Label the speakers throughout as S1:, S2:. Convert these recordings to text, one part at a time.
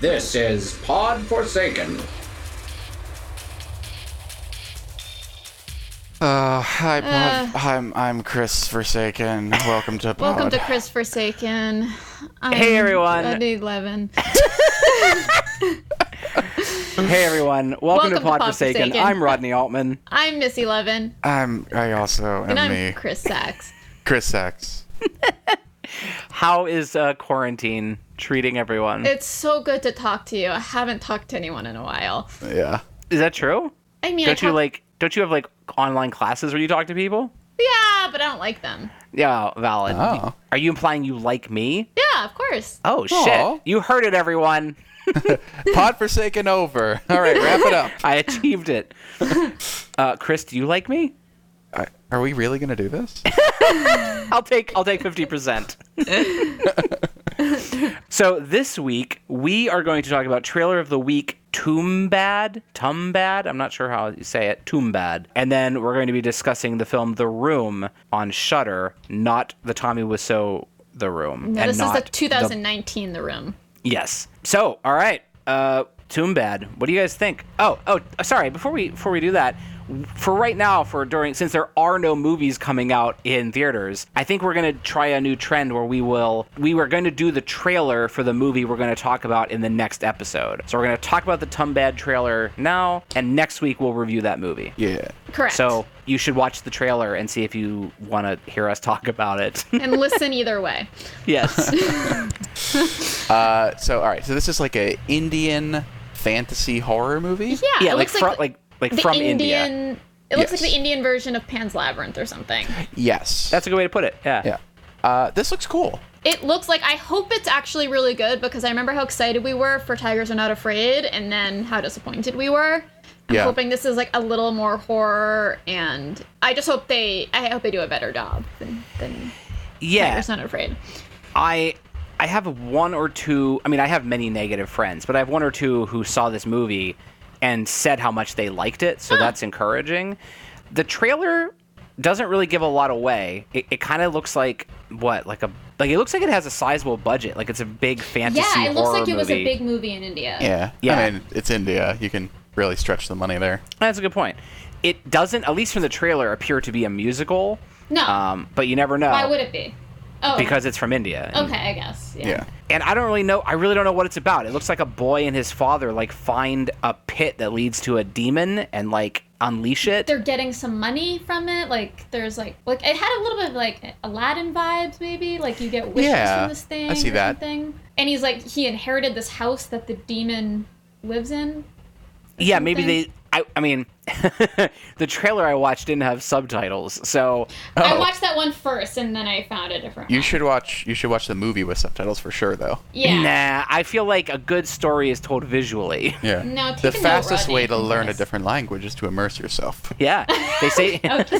S1: This is Pod Forsaken.
S2: Uh, hi, Pod. I'm I'm Chris Forsaken. Welcome to Pod.
S3: Welcome to Chris Forsaken. I'm
S4: Hey, everyone.
S3: at 11.
S4: Hey everyone,
S3: Welcome
S4: welcome, to Pod Forsaken. I'm Rodney Altman.
S3: I'm Miss Eleven,
S2: I'm I also am
S3: and I'm
S2: me,
S3: Chris Sachs.
S2: Chris Sachs.
S4: How is uh, quarantine treating everyone?
S3: It's so good to talk to you. I haven't talked to anyone in a while.
S2: Yeah.
S4: is that true?
S3: I mean, I
S4: Don't you
S3: talk-
S4: like? Don't you have like online classes where you talk to people?
S3: Yeah, but I don't like them.
S4: Yeah, valid.
S2: Oh.
S4: Are you implying you like me?
S3: Yeah, of course.
S4: Oh
S2: Aw.
S4: shit! You heard it, everyone.
S2: Pod Forsaken over. All right, wrap it up.
S4: I achieved it. uh, Chris, do you like me?
S2: I- Are we really gonna do this?
S4: I'll take I'll take 50%. so this week we are going to talk about trailer of the week Tombad, Tumbad, I'm not sure how you say it, Tombad. And then we're going to be discussing the film The Room on Shutter, not the Tommy Wiseau The Room.
S3: No,
S4: and
S3: this is the
S4: not
S3: 2019 The Room.
S4: Yes. So, all right. Uh Tombad. What do you guys think? Oh, oh, sorry. Before we before we do that, for right now, for during since there are no movies coming out in theaters, I think we're gonna try a new trend where we will we were going to do the trailer for the movie we're going to talk about in the next episode. So we're going to talk about the Tombad trailer now, and next week we'll review that movie.
S2: Yeah.
S3: Correct.
S4: So you should watch the trailer and see if you want to hear us talk about it.
S3: and listen either way.
S4: yes.
S2: Uh, so all right, so this is like a Indian fantasy horror movie.
S3: Yeah,
S4: yeah.
S3: it
S4: Like
S3: looks
S4: from like
S3: like,
S4: like,
S3: the
S4: from
S3: Indian.
S4: India.
S3: It looks
S2: Yes.
S3: like the Indian version of Pan's Labyrinth or something.
S2: Yes.
S4: That's a good way to put it.
S2: yeah. Uh, this looks cool.
S3: It looks like I hope it's actually really good because I remember how excited we were for Tigers Are Not Afraid and then how disappointed we were. I'm
S2: Yeah.
S3: hoping this is like a little more horror and I just hope they I hope they do a better job than, than
S4: Yeah.
S3: Tigers Not Afraid.
S4: I I have one or two. I mean, I have many negative friends, but I have one or two who saw this movie and said how much they liked it. So that's encouraging. The trailer doesn't really give a lot away. It, it kind of looks like what like a like it looks like it has a sizable budget. Like it's a big fantasy.
S3: yeah, it looks
S4: horror
S3: like it was a
S4: movie.
S3: big movie in India.
S2: Yeah. I
S4: Yeah.
S2: mean, it's India. You can really stretch the money there.
S4: That's a good point. It doesn't, at least from the trailer, appear to be a musical.
S3: No.
S4: Um, but you never know.
S3: Why would it be? Oh
S4: Because it's from India. and-
S3: Okay, I guess. Yeah.
S2: Yeah.
S4: and I don't really know. I really don't know what it's about. It looks like a boy and his father like find a pit that leads to a demon and like unleash it.
S3: They're getting some money from it. Like there's like like it had a little bit of like Aladdin vibes maybe. Like you get wishes
S2: Yeah,
S3: from this thing
S2: I see
S3: or
S2: that.
S3: something. And he's like he inherited this house that the demon lives in.
S4: yeah, maybe
S3: something.
S4: they. I, I mean, the trailer I watched didn't have subtitles, so
S3: I watched that one first and then I found a different
S2: Oh. You
S3: one.
S2: should watch. You should watch the movie with subtitles for sure, though.
S3: Yeah.
S4: nah. I feel like a good story is told visually.
S2: Yeah.
S3: No, take
S2: the
S3: a note,
S2: fastest
S3: Rodney,
S2: way to
S3: from
S2: learn a
S3: this.
S2: different language is to immerse yourself.
S4: yeah, they say.
S3: Okay.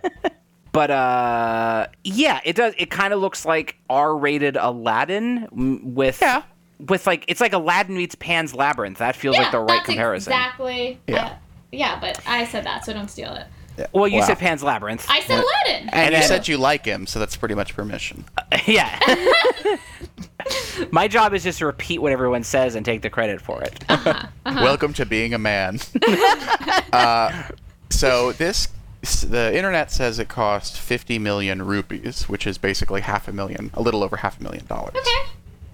S4: But uh, yeah, it does. It kind of looks like R-rated Aladdin m- with
S2: Yeah.
S4: with like it's like Aladdin meets Pan's Labyrinth. That feels
S3: yeah,
S4: like the right
S3: that's
S4: comparison.
S3: Exactly.
S2: Yeah.
S3: uh, yeah, but I said that, so don't steal it.
S4: Well, you
S2: Wow.
S4: said Pan's Labyrinth.
S3: I said Aladdin.
S2: And, you
S4: then-
S2: said you like him, so that's pretty much permission.
S4: yeah. My job is just to repeat what everyone says and take the credit for it.
S3: Uh-huh.
S2: Welcome to being a man. uh, so this, the internet says it cost 50 million rupees, which is basically half a million, a little over half a million dollars.
S3: okay.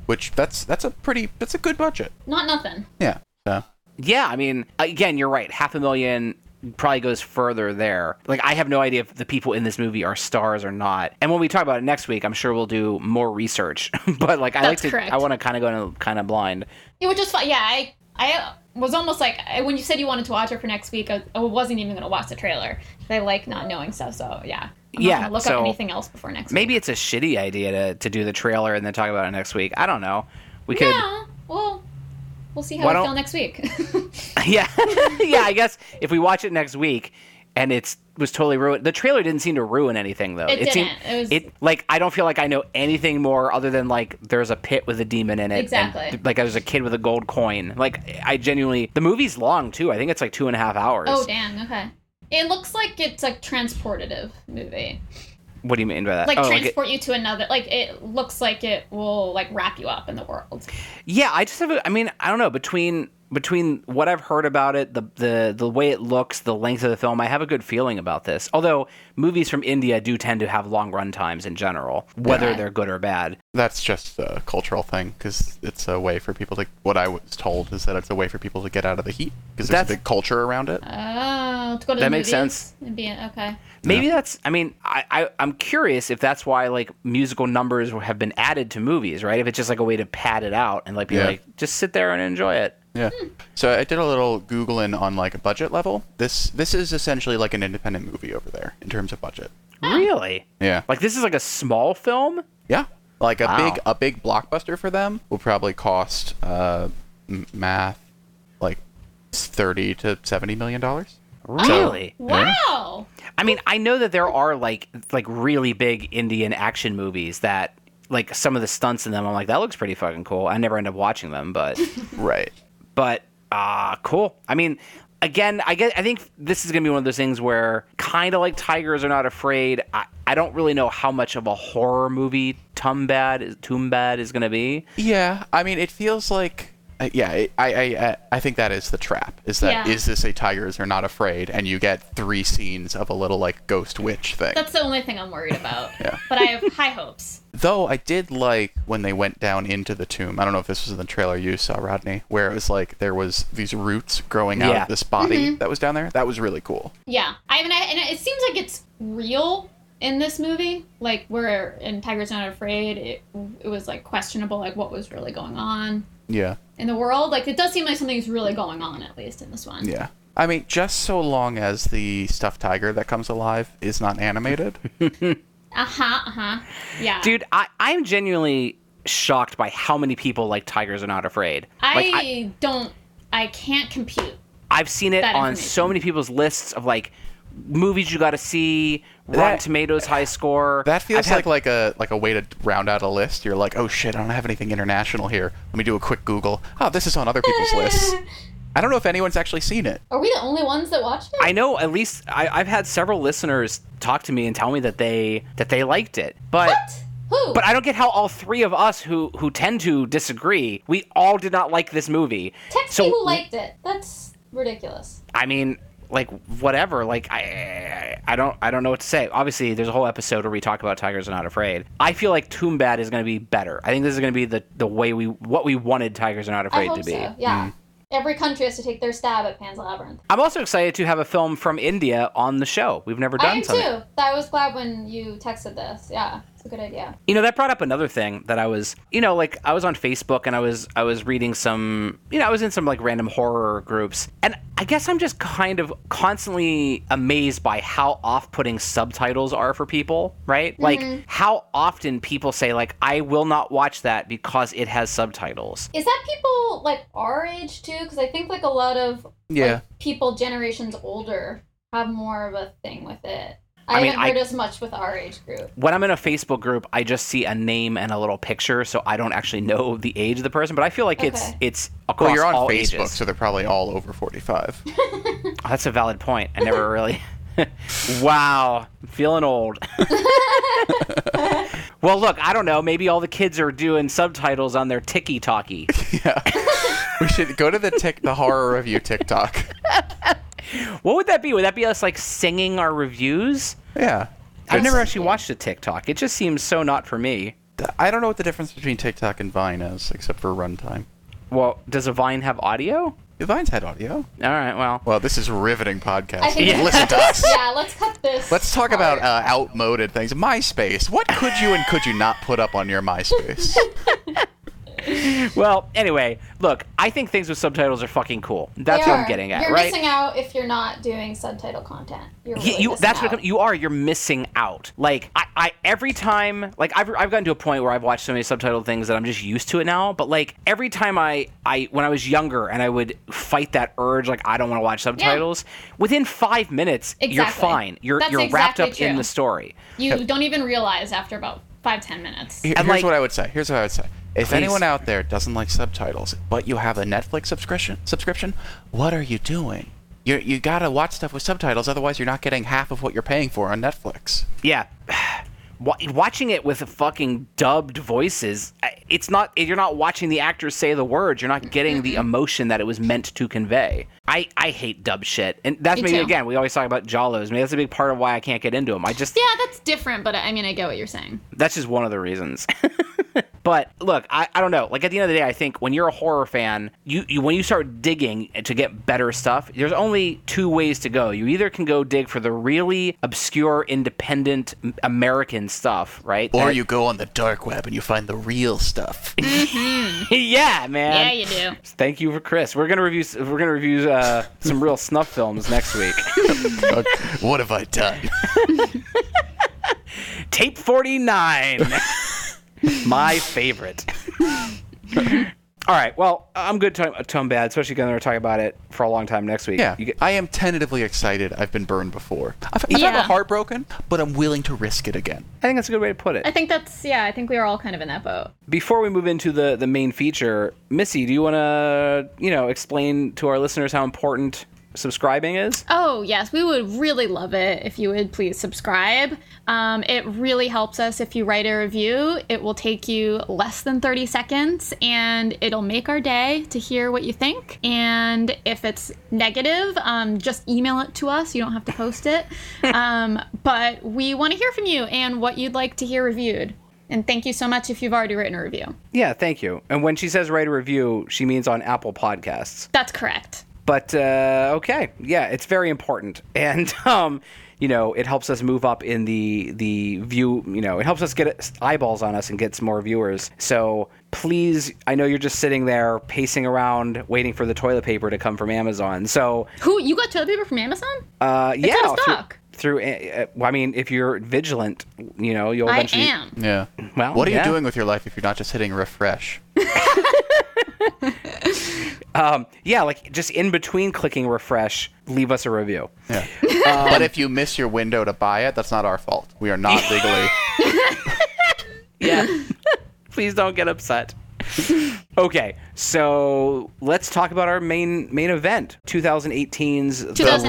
S2: Which that's that's a pretty that's a good budget.
S3: Not nothing.
S2: Yeah. So
S4: yeah, I mean, again, you're right. Half a million probably goes further there. Like, I have no idea if the people in this movie are stars or not. And when we talk about it next week, I'm sure we'll do more research. but like, I
S3: That's
S4: like to,
S3: correct.
S4: I want to kind of go in kind of blind.
S3: It was just fun. Yeah, I I was almost like I- when you said you wanted to watch it for next week, I, I wasn't even going to watch the trailer. I like not knowing stuff, so yeah. I'm
S4: Yeah,
S3: Not gonna look
S4: so-
S3: up anything else before next
S4: Maybe it's a shitty idea to, to do the trailer and then talk about it next week. I don't know. We
S3: week.
S4: could.
S3: Yeah. Well, we'll see how
S4: Why
S3: we
S4: don't-
S3: feel next week.
S4: Yeah, yeah. I guess if we watch it next week, and it's was totally ruined. The trailer didn't seem to ruin anything though.
S3: It
S4: seemed
S3: didn't. It was-
S4: like I don't feel like I know anything more other than like there's a pit with a demon in it. and,
S3: Exactly.
S4: like there's a kid with a gold coin. Like I genuinely, the movie's long too. I think it's like two and a half hours.
S3: oh, dang. Okay. It looks like it's a transportative movie.
S4: What do you mean by that?
S3: Like
S4: Oh, it-
S3: transport you to another. Like it looks like it will like wrap you up in the world.
S4: Yeah, I just have. A, I mean, I don't know between between what I've heard about it, the the the way it looks, the length of the film. I have a good feeling about this. Although movies from India do tend to have long run times in general, whether
S3: Yeah.
S4: they're good or bad.
S2: That's just a cultural thing because it's a way for people to. What I was told is that it's a way for people to get out of the heat because there's
S4: That's-
S2: a big culture around it.
S3: Oh, to go to
S4: That
S3: the
S4: makes
S3: movies
S4: sense.
S3: And be okay.
S4: Maybe that's. I mean, I, I I'm curious if that's why like musical numbers have been added to movies, right? If it's just like a way to pad it out and like be
S2: Yeah.
S4: like, just sit there and enjoy it.
S2: Yeah. So I did a little googling on like a budget level. This this is essentially like an independent movie over there in terms of budget.
S4: Really?
S2: Yeah.
S4: Like this is like a small film.
S2: Yeah. Like a
S4: Wow.
S2: big a big blockbuster for them will probably cost uh m- math like 30 to 70 million dollars.
S4: Really?
S3: Wow.
S4: I mean, I know that there are like like really big Indian action movies that like some of the stunts in them. I'm like, that looks pretty fucking cool. I never end up watching them, but
S2: Right.
S4: but ah, cool. I mean, again, I get. I think this is gonna be one of those things where kind of like Tigers Are Not Afraid. I, I don't really know how much of a horror movie Tumbad is Tumbad is gonna be.
S2: Yeah, I mean, it feels like uh, yeah, it, I, I I I think that is the trap. Is that is
S3: Yeah.
S2: this a tigers are not afraid? And you get three scenes of a little like ghost witch thing.
S3: That's the only thing I'm worried about.
S2: Yeah.
S3: But I have high hopes.
S2: Though I did like when they went down into the tomb. I don't know if this was in the trailer you saw, Rodney, where it was like there was these roots growing out
S4: Yeah.
S2: of this body that was down there. That was really cool.
S3: Yeah. I mean, I, and it seems like it's real in this movie. Like where in Tiger's Not Afraid, it it was like questionable, like what was really going on
S2: Yeah.
S3: in the world. Like it does seem like something's really going on, at least in this one.
S2: Yeah. I mean, just so long as the stuffed tiger that comes alive is not animated.
S3: Uh huh. Uh huh. Yeah.
S4: Dude, I I'm genuinely shocked by how many people like Tigers Are Not Afraid.
S3: I,
S4: Like,
S3: don't. I can't compute.
S4: I've seen it
S3: That
S4: on
S3: information.
S4: so many people's lists of like movies you got to see, Rotten
S2: That-
S4: Tomatoes high score.
S2: That feels
S4: I've had-
S2: like like a like a way to round out a list. You're like, oh shit, I don't have anything international here. Let me do a quick Google. Oh, this is on other people's lists. I don't know if anyone's actually seen it.
S3: Are we the only ones that watched it?
S4: I know at least I, I've had several listeners talk to me and tell me that they that they liked it, but.
S3: What? Who?
S4: But I don't get how all three of us who who tend to disagree, we all did not like this movie.
S3: Text
S4: so,
S3: me who liked it. That's ridiculous.
S4: I mean, like whatever. Like I, I don't, I don't know what to say. Obviously, there's a whole episode where we talk about Tigers Are Not Afraid. I feel like Toombad is going to be better. I think this is going to be the the way we what we wanted Tigers Are Not
S3: I
S4: Afraid
S3: hope
S4: to be. Mm.
S3: so. Yeah. Every country has to take their stab at Pan's Labyrinth.
S4: I'm also excited to have a film from India on the show. We've never
S3: I
S4: done
S3: am
S4: something.
S3: too. I was glad when you texted this. Yeah, it's a good idea.
S4: You know, that brought up another thing that I was, you know, like I was on Facebook and I was I was reading some, you know, I was in some like random horror groups. And I guess I'm just kind of constantly amazed by how off-putting subtitles are for people, right? Like how often people say like I will not watch that because it has subtitles.
S3: Is that people like our age too? Because I think like a lot of like,
S2: Yeah.
S3: people generations older have more of a thing with it. I,
S4: I mean,
S3: haven't
S4: I-
S3: heard as much with our age group.
S4: When I'm in a Facebook group, I just see a name and a little picture, so I don't actually know the age of the person, but I feel like it's
S3: Okay.
S4: it's across
S2: Well, you're on
S4: all
S2: Facebook,
S4: ages.
S2: so they're probably all over 45.
S4: Oh, that's a valid point. I never really. wow, I'm feeling old. well, look, I don't know. Maybe all the kids are doing subtitles on their Tiki Talkie.
S2: we should go to the tick the horror review TikTok.
S4: What would that be? Would that be us like singing our reviews?
S2: Yeah.
S4: I've never
S2: It's-
S4: actually watched a TikTok. It just seems so not for me.
S2: I don't know what the difference between TikTok and Vine is, except for runtime.
S4: Well, does a Vine have audio? All
S2: Vine's had audio.
S4: right. Well,
S2: Well, this is riveting
S3: I
S2: podcasting.
S3: think Yeah.
S2: Listen to us.
S3: Yeah, let's cut this.
S2: Let's talk
S3: part.
S2: about uh, outmoded things. MySpace. What could you and could you not put up on your MySpace?
S4: well. Anyway, look, I think things with subtitles are fucking cool.
S3: They
S4: That's what I'm
S3: are.
S4: getting at,
S3: You're
S4: right?
S3: missing out if you're not doing subtitle content. You're
S4: Y-
S3: really
S4: you
S3: missing
S4: that's
S3: out.
S4: what I'm- you are you're missing out like I, I every time like I've, I've gotten to a point where i've watched so many subtitled things that i'm just used to it now but like every time i i when i was younger and i would fight that urge like i don't want to watch subtitles within five minutes you're
S3: Exactly.
S4: fine you're
S3: That's
S4: you're wrapped
S3: exactly
S4: up in
S3: true.
S4: the story
S3: You don't even realize after about five ten minutes.
S2: Here-
S4: And,
S2: Here's
S4: like-
S2: what I would say. Here's what I would say. If
S4: Please.
S2: anyone out there doesn't like subtitles, but you have a Netflix subscription, subscription, what are you doing? You you gotta watch stuff with subtitles, otherwise you're not getting half of what you're paying for on Netflix.
S4: yeah wa- watching it with fucking dubbed voices, I- it's not you're not watching the actors say the words. You're not getting the emotion that it was meant to convey. I I hate dub shit, and that's
S3: Me
S4: maybe
S3: too.
S4: again we always talk about Jalos. Maybe that's a big part of why I can't get into them. I just
S3: Yeah, that's different, but I mean, I get what you're saying.
S4: that's just one of the reasons. but look, I, I don't know. Like at the end of the day, I think when you're a horror fan, you, you when you start digging to get better stuff, there's only two ways to go. You either can go dig for the really obscure, independent m- American stuff, right?
S2: Or
S4: That-
S2: you go on the dark web and you find the real stuff.
S4: yeah, man.
S3: yeah, you do.
S4: Thank you for Chris. We're gonna review. s- We're gonna review uh, some real snuff films next week.
S2: Fuck, what have I done?
S4: Tape forty nine. My favorite. All right. Well, I'm good. Tom, Tom bad, especially because we're talking about it for a long time next week.
S2: Yeah,
S4: You get-
S2: I am tentatively excited. I've been burned before. I've, I've had my
S3: Yeah.
S2: heart broken, but I'm willing to risk it again.
S4: I think that's a good way to put
S3: I
S4: it.
S3: think that's yeah. I think we are all kind of in that boat.
S4: Before we move into the the main feature, Missy, do you want to you know explain to our listeners how important subscribing is?
S3: Oh, yes. We would really love it if you would please subscribe. Um, it really helps us if you write a review. It will take you less than 30 seconds and it'll make our day to hear what you think. And if it's negative, um, just email it to us. You don't have to post it. um, but we want to hear from you and what you'd like to hear reviewed. And thank you so much if you've already written a review.
S4: Yeah, thank you. And when she says write a review, she means on Apple Podcasts.
S3: That's correct.
S4: But uh, okay, yeah, it's very important, and um, you know, it helps us move up in the the view. You know, it helps us get eyeballs on us and get some more viewers. So please, I know you're just sitting there pacing around, waiting for the toilet paper to come from Amazon. So
S3: Who you got toilet paper from Amazon?
S4: uh, yeah,
S3: out of
S4: through-
S3: stock.
S4: Through, uh, well, I mean, if you're vigilant, you know, you'll
S3: I
S4: eventually.
S3: am.
S2: Yeah.
S4: Well,
S2: what are
S4: yeah.
S2: you doing with your life if you're not just hitting refresh?
S4: Yeah, like just in between clicking refresh, leave us a review.
S2: Yeah. Um, but if you miss your window to buy it, that's not our fault. We are not legally.
S4: Yeah. Please don't get upset. okay, so let's talk about our main main event, 2018's.
S2: the
S3: 2019.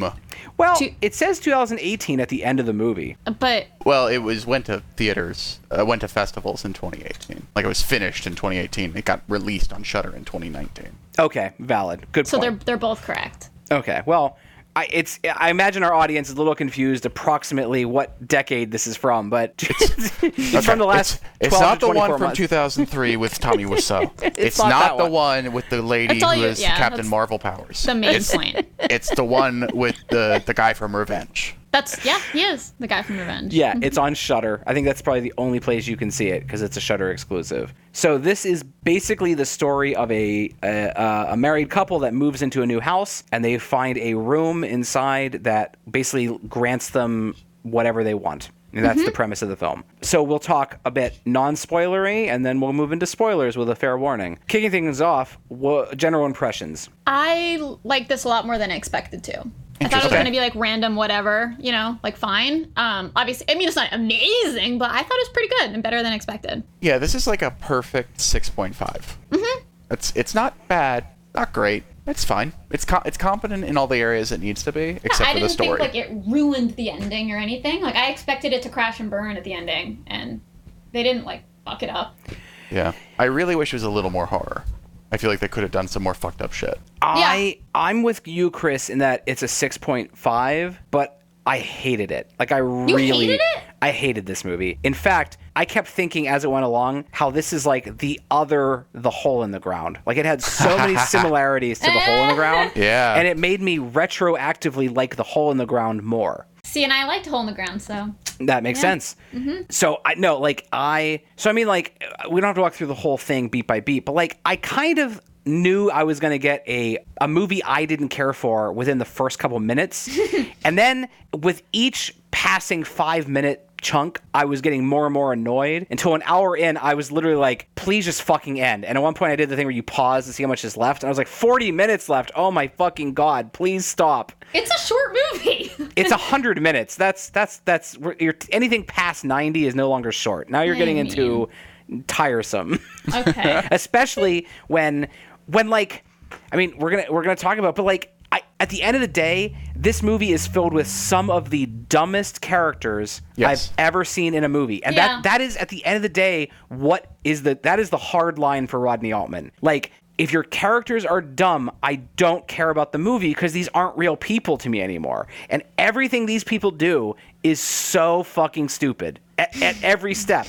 S2: room.
S4: well,
S3: Two- Um,
S4: it says 2018 at the end of the movie.
S3: But
S2: Well, it was went to theaters, uh, went to festivals in 2018. Like it was finished in 2018. It got released on Shutter in 2019.
S4: Okay, valid. Good
S3: so they're
S4: point.
S3: they're both correct.
S4: okay, well, I, it's I imagine our audience is a little confused approximately what decade this is from, but it's, from
S2: Okay,
S4: the last.
S2: It's, it's
S4: 12 to
S2: not the
S4: 24
S2: one from
S4: months.
S2: 2003 with Tommy Wiseau. it's,
S4: not
S2: not,
S4: that
S2: the
S4: one.
S2: one. with the lady
S3: That's all
S2: who
S3: you-
S2: has
S3: yeah,
S2: Captain
S3: that's
S2: Marvel powers.
S3: The main
S2: it's,
S3: point.
S2: it's the one with the the guy from Revenge.
S3: That's yeah, he is the guy from Revenge.
S4: Yeah, it's on Shutter. I think that's probably the only place you can see it because it's a Shutter exclusive. So this is basically the story of a uh, a, a married couple that moves into a new house and they find a room inside that basically grants them whatever they want. And that's the premise of the film. So we'll talk a bit non-spoilery, and then we'll move into spoilers with a fair warning. Kicking things off, wha general impressions.
S3: I like this a lot more than I expected to. I thought it was
S2: Interesting.
S3: going to be like random, whatever, you know, like fine. Um, obviously, I mean, it's not amazing, but I thought it was pretty good and better than expected.
S2: Yeah, this is like a perfect 6.5. Mm-hmm. It's it's not bad, not great. It's fine. It's co- it's competent in all the areas it needs to be, except
S3: I
S2: for the
S3: didn't
S2: story.
S3: think like it ruined the ending or anything. Like I expected it to crash and burn at the ending, and they didn't like fuck it up.
S2: yeah, I really wish it was a little more horror. I feel like they could have done some more fucked up shit.
S4: I I'm with you, Chris, in that it's a six point five, but I hated it. Like I really
S3: hated it?
S4: I hated this movie. In fact, I kept thinking as it went along how this is like the other the hole in the ground. Like it had so many similarities to the hole in the ground.
S2: Yeah.
S4: And it made me retroactively like the hole in the ground more.
S3: See, and I liked Hole in the Ground, so
S4: That makes sense. So I no, like I so I mean like we don't have to walk through the whole thing beat by beat, but like I kind of knew I was gonna get a a movie I didn't care for within the first couple minutes, and then with each passing five minute chunk, I was getting more and more annoyed until an hour in, I was literally like, please just fucking end. And at one point, I did the thing where you pause to see how much is left, and I was like, forty minutes left. Oh my fucking god, please stop
S3: it's a short movie.
S4: it's a hundred minutes. That's that's that's we're- you're, anything past ninety is no longer short. Now you're
S3: I
S4: getting into tiresome,
S3: okay.
S4: especially when when like I mean we're gonna we're gonna talk about, but like I at the end of the day, this movie is filled with some of the dumbest characters
S2: Yes.
S4: I've ever seen in a movie. And
S5: Yeah.
S4: that that is at the end of the day what is the that is the hard line for Rodney Altman. Like if your characters are dumb, I don't care about the movie because these aren't real people to me anymore. And everything these people do is so fucking stupid at, at every step.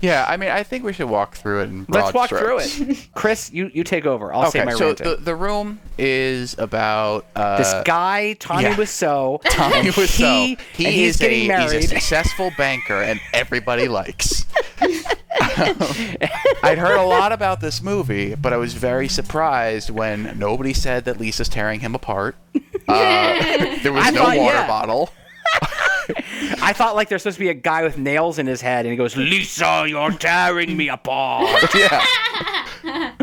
S2: Yeah, I mean, I think we should walk through it. In broad
S4: Let's walk
S2: strokes.
S4: through it. Chris, you, you take over. I'll say
S2: Okay,
S4: my
S2: so
S4: ranting.
S2: the, the room is about uh,
S4: this guy, Tommy
S2: yeah.
S4: Wiseau,
S2: Tommy
S4: and
S2: Wiseau.
S4: he,
S2: he
S4: and he's
S2: is
S4: getting
S2: a
S4: married.
S2: he's a successful banker, and everybody likes. I'd heard a lot about this movie, but I was very surprised when nobody said that Lisa's tearing him apart. Uh, there was
S4: I
S2: no
S4: thought,
S2: water
S4: yeah.
S2: bottle.
S4: I thought like there's supposed to be a guy with nails in his head, and he goes, "Lisa, you're tearing me apart."
S2: Yeah.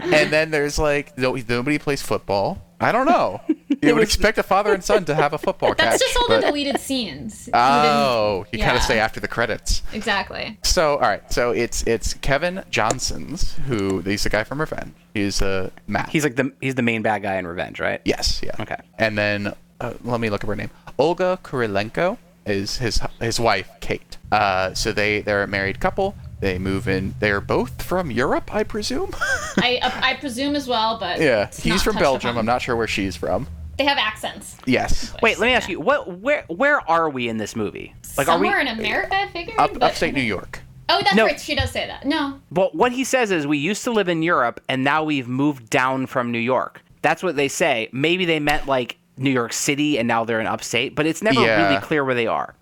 S2: and then there's like no, nobody plays football. I don't know. You would expect a father and son to have a football
S3: That's
S2: catch.
S3: just all the
S2: but-
S3: deleted scenes. You
S2: Oh, you kind
S3: yeah.
S2: of say after the credits.
S3: didn't- exactly.
S2: So, all right. So it's it's Kevin Johnson's who he's the guy from Revenge. He's a uh, Matt.
S4: he's like the he's the main bad guy in Revenge, right?
S2: yes, yeah.
S4: Okay.
S2: And then uh, let me look up her name. Olga Kurilenko is his his wife Kate. Uh, so they they're a married couple. They move in. They're both from Europe, I presume.
S3: I uh, I presume as well, but
S2: yeah,
S3: it's
S2: he's
S3: not
S2: from
S3: touched
S2: Belgium.
S3: upon.
S2: I'm not sure where she's from.
S3: They have accents.
S2: Yes,
S4: Wait, let me ask you, what where where are we in this movie? Like, are we?
S3: Somewhere in America, I figured.
S2: up
S3: but-
S2: upstate New York.
S3: Oh, that's
S4: No.
S3: right. She does say that. No,
S4: Well, what he says is we used to live in Europe, and now we've moved down from New York. That's what they say. Maybe they meant like New York City, and now they're in upstate, but it's never
S2: Yeah.
S4: really clear where they are.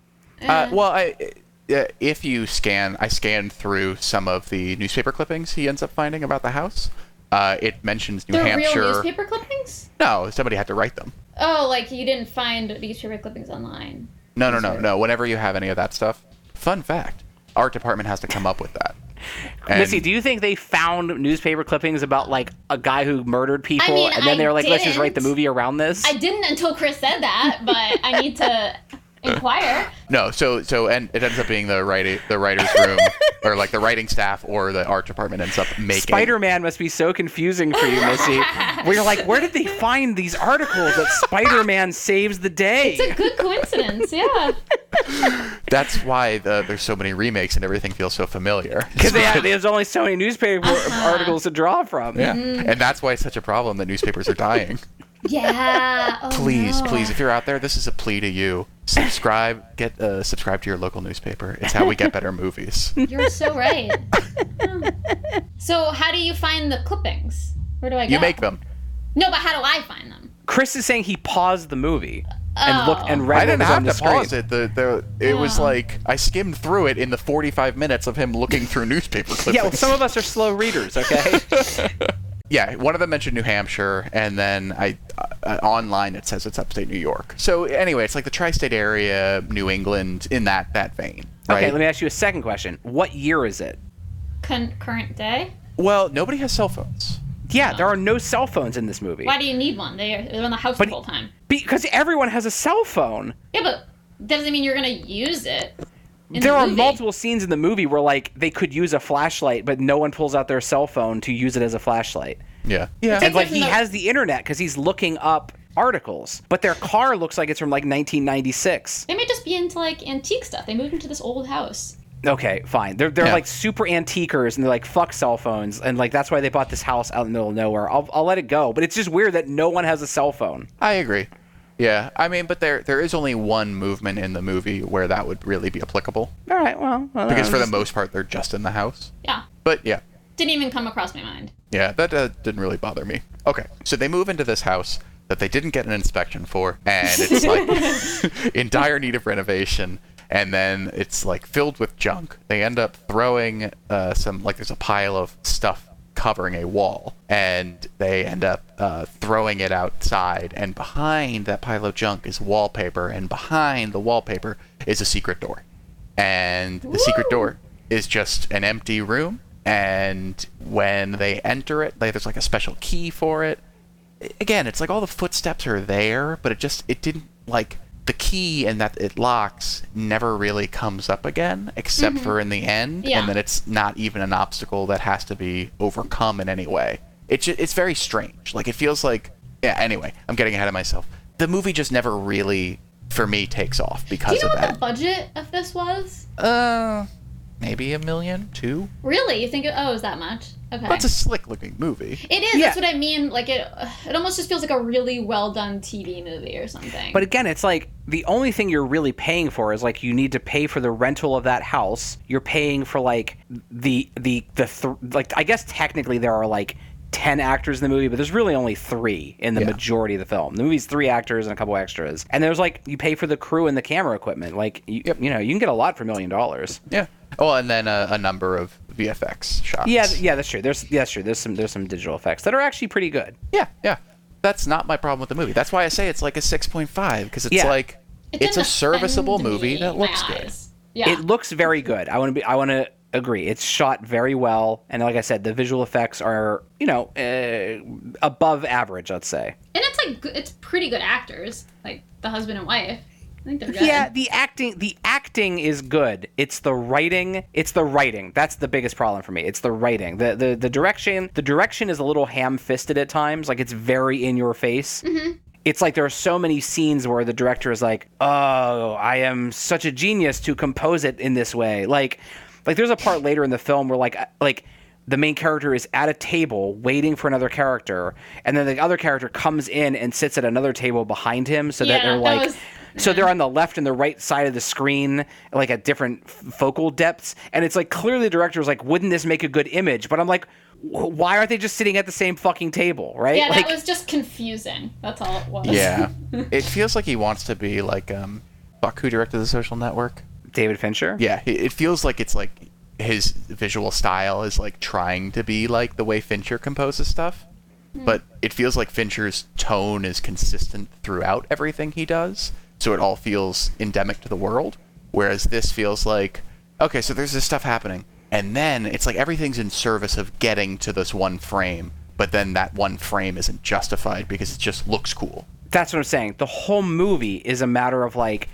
S2: Uh, well, I, uh, if you scan, I scanned through some of the newspaper clippings he ends up finding about the house. Uh, it mentions New
S3: they're
S2: Hampshire.
S3: real newspaper clippings.
S2: No, somebody had to write them.
S3: Oh, like you didn't find newspaper clippings online.
S2: No, no, no, no. Whenever you have any of that stuff, fun fact, art department has to come up with that. And
S4: Missy, do you think they found newspaper clippings about like a guy who murdered people,
S3: mean,
S4: and then
S3: I
S4: they were like, "Let's just write the
S3: didn't.
S4: movie around this"?
S3: I didn't until Chris said that, but I need to inquire.
S2: no, so so and it ends up being the writing the writers room or like the writing staff or the art department ends up making
S4: Spider Man must be so confusing for you, Missy. We're like, where did they find these articles that Spider Man saves the day?
S3: It's a good coincidence. Yeah.
S2: That's why the, there's so many remakes and everything feels so familiar.
S4: Because there's only so many newspaper
S3: Uh-huh.
S4: articles to draw from.
S2: Yeah. And that's why it's such a problem that newspapers are dying.
S3: Yeah. Oh,
S2: please,
S3: no.
S2: please, if you're out there, this is a plea to you. Subscribe, get uh, subscribe to your local newspaper. It's how we get better movies.
S3: You're so right. Huh. so, how do you find the clippings? Where do I go?
S2: You make them.
S3: No, but how do I find them?
S4: Chris is saying he paused the movie and
S3: Oh.
S4: looked and read
S2: I didn't
S4: what was on
S2: have
S4: the
S2: to
S4: screen.
S2: pause it. The, the, it was
S3: Yeah.
S2: like I skimmed through it in the 45 minutes of him looking through newspaper clippings.
S4: Yeah, well, some of us are slow readers, okay?
S2: yeah, one of them mentioned New Hampshire, and then I uh, uh, online it says it's upstate New York. So anyway, it's like the tri-state area, New England, in that that vein. Right?
S4: Okay, let me ask you a second question. What year is it?
S3: Con- current day?
S2: well, nobody has cell phones.
S4: Yeah, there are no cell phones in this movie.
S3: Why do you need one? They're, they're in the house
S4: But-
S3: the whole time.
S4: Because everyone has a cell phone.
S3: Yeah, but that doesn't mean you're gonna use it. in
S4: there
S3: the
S4: are
S3: movie.
S4: multiple scenes in the movie where like they could use a flashlight, but no one pulls out their cell phone to use it as a flashlight.
S2: Yeah. Yeah.
S4: And like
S3: Because
S4: he
S3: the-
S4: has the internet because he's looking up articles, but their car looks like it's from like 1996.
S3: They may just be into like antique stuff. They moved into this old house.
S4: Okay, fine. They're they're
S2: Yeah.
S4: like super antiquers and they're like fuck cell phones and like that's why they bought this house out in the middle of nowhere. I'll I'll let it go, but it's just weird that no one has a cell phone.
S2: I agree. Yeah, I mean, but there there is only one movement in the movie where that would really be applicable
S4: All right, well, well
S2: because
S4: I'm
S2: for the
S4: just-
S2: most part they're just in the house.
S3: Yeah,
S2: But yeah,
S3: didn't even come across my mind.
S2: yeah, that uh, didn't really bother me. Okay, so they move into this house that they didn't get an inspection for, and it's like in dire need of renovation. And then it's like filled with junk. They end up throwing uh, some like there's a pile of stuff covering a wall, and they end up uh, throwing it outside. And behind that pile of junk is wallpaper, and behind the wallpaper is a secret door. And the secret door is just an empty room. And when they enter it, like, there's like a special key for it. I- Again, it's like all the footsteps are there, but it just it didn't like the key and that it locks never really comes up again, except for in the end,
S3: Mm-hmm. Yeah.
S2: and then it's not even an obstacle that has to be overcome in any way. It ju- it's very strange. Like it feels like yeah, anyway, I'm getting ahead of myself. The movie just never really, for me, takes off
S3: Do
S2: because
S3: you know
S2: of
S3: what the
S2: that.
S3: budget of this was?
S2: uh, maybe a million, two.
S3: Really? You think? It, oh, it was that much? Okay.
S2: That's a slick-looking movie.
S3: it is.
S4: Yeah.
S3: That's what I mean. Like it. It almost just feels like a really well done TV movie or something.
S4: But again, it's like the only thing you're really paying for is like you need to pay for the rental of that house. You're paying for like the the the th- like I guess technically there are like 10 actors in the movie, but there's really only 3 in the
S2: Yeah.
S4: majority of the film. The movie's 3 actors and a couple extras. And there's like you pay for the crew and the camera equipment. Like you, you know, you can get a lot for a million dollars.
S2: Yeah. Oh, and then a, a number of VFX shots.
S4: Yeah, th- yeah, that's true. There's yeah, that's true. There's some there's some digital effects that are actually pretty good.
S2: Yeah, yeah. That's not my problem with the movie. That's why I say it's like a 6.5 because it's
S4: Yeah.
S2: like
S3: It
S2: it's
S3: didn't
S2: a serviceable
S3: offend
S2: movie
S3: me
S2: that
S3: in
S2: looks
S3: my
S2: good.
S3: eyes. Yeah.
S4: It looks very good. I want to be. I want to agree. It's shot very well, and like I said, the visual effects are you know uh, above average. I'd say.
S3: and it's like g- it's pretty good actors, like the husband and wife. I think they're good.
S4: Yeah, the acting. The acting is good. It's the writing. It's the writing. That's the biggest problem for me. It's the writing. the the The direction. The direction is a little ham fisted at times. Like it's very in your face.
S3: Mm-hmm.
S4: It's like there are so many scenes where the director is like, "Oh, I am such a genius to compose it in this way." Like, like there's a part later in the film where like uh, like the main character is at a table waiting for another character, and then the other character comes in and sits at another table behind him, so that
S3: Yeah,
S4: they're
S3: that
S4: like,
S3: was-
S4: so they're on the left and the right side of the screen, like at different f- focal depths, and it's like clearly the director was like, "Wouldn't this make a good image?" But I'm like, "Wh- "Why aren't they just sitting at the same fucking table, right?"
S3: Yeah,
S4: like,
S3: that was just confusing. That's all it was.
S2: Yeah. it feels like he wants to be like um fuck who directed the social network.
S4: David Fincher.
S2: Yeah, it it feels like it's like his visual style is like trying to be like the way Fincher composes stuff. But it feels like Fincher's tone is consistent throughout everything he does, so it all feels endemic to the world. Whereas this feels like, okay, so there's this stuff happening, and then it's like everything's in service of getting to this one frame, but then that one frame isn't justified because it just looks cool.
S4: That's what I'm saying. The whole movie is a matter of like,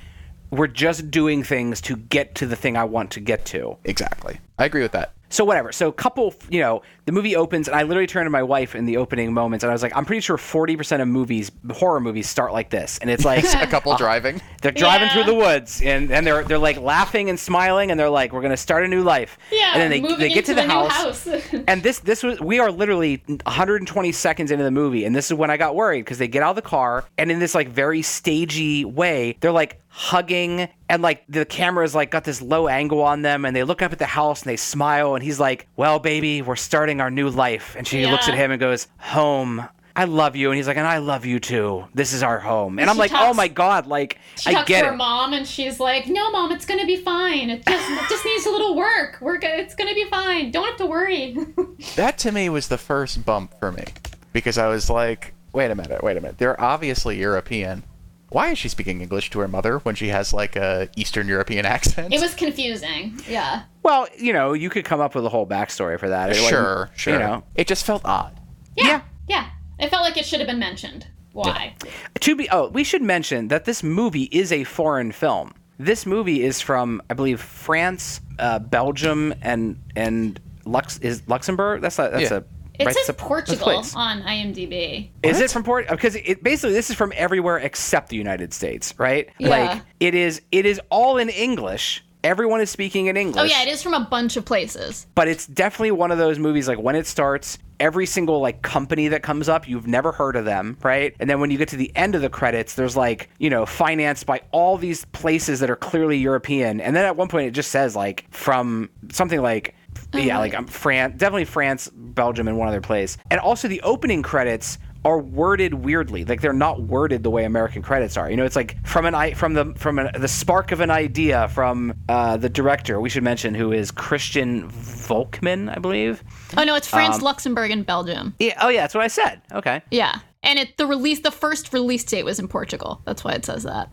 S4: we're just doing things to get to the thing I want to get to.
S2: Exactly. I agree with that.
S4: So whatever. So couple, you know, the movie opens, and I literally turned to my wife in the opening moments, and I was like, I'm pretty sure 40% of movies, horror movies, start like this, and it's like
S2: A couple driving.
S4: They're driving
S3: Yeah.
S4: through the woods and, and they're they're like laughing and smiling and they're like, We're gonna start a new life.
S3: Yeah,
S4: And then they,
S3: moving
S4: they get
S3: into
S4: to the,
S3: the new
S4: house.
S3: house.
S4: and this this was we are literally 120 seconds into the movie, and this is when I got worried because they get out of the car and in this like very stagey way, they're like hugging and like the camera's like got this low angle on them and they look up at the house and they smile and he's like, Well, baby, we're starting our new life and she looks
S3: Yeah.
S4: at him and goes, Home. I love you, and he's like, and I love you too. This is our home, and I'm
S3: She
S4: like, oh
S3: talks-
S4: my god, like
S3: She
S4: I
S3: talks
S4: get
S3: to her
S4: it.
S3: mom, and she's like, "No, mom, it's gonna be fine. It just it just needs a little work. We're good. It's gonna be fine. Don't have to worry."
S2: that to me was the first bump for me because I was like, wait a minute, wait a minute. They're obviously European. Why is she speaking English to her mother when she has like a Eastern European accent?
S3: it was confusing. Yeah.
S4: Well, you know, you could come up with a whole backstory for that. It wasn't-
S2: sure, sure.
S4: You know,
S2: It just felt odd.
S3: Yeah. Yeah. It felt like it should have been mentioned. Why?
S4: to be oh, we should mention that this movie is a foreign film. This movie is from, I believe, France, uh, Belgium, and and Lux is Luxembourg. That's a that's
S2: Yeah.
S4: a.
S3: It says
S4: right, that's a- that's a
S3: Portugal Uh,
S4: place.
S3: on IMDb.
S4: Is it from Port? Because it basically this is from everywhere except the United States, right?
S3: Yeah.
S4: Like it is. It is all in English. Everyone is speaking in English.
S3: Oh yeah, it is from a bunch of places.
S4: but it's definitely one of those movies like when it starts every single like company that comes up you've never heard of them right and then when you get to the end of the credits there's like you know financed by all these places that are clearly european and then at one point it just says like from something like yeah like um, france definitely france belgium and one other place and also the opening credits are worded weirdly. Like they're not worded the way American credits are. You know, it's like from an i from the from an, the spark of an idea from uh, the director. We should mention who is Christian Volkman, I believe.
S3: Oh no, it's France,
S4: Um,
S3: Luxembourg, and Belgium.
S4: Yeah. Oh yeah, that's what I said. Okay.
S3: Yeah. And it the release the first release date was in Portugal. That's why it says that.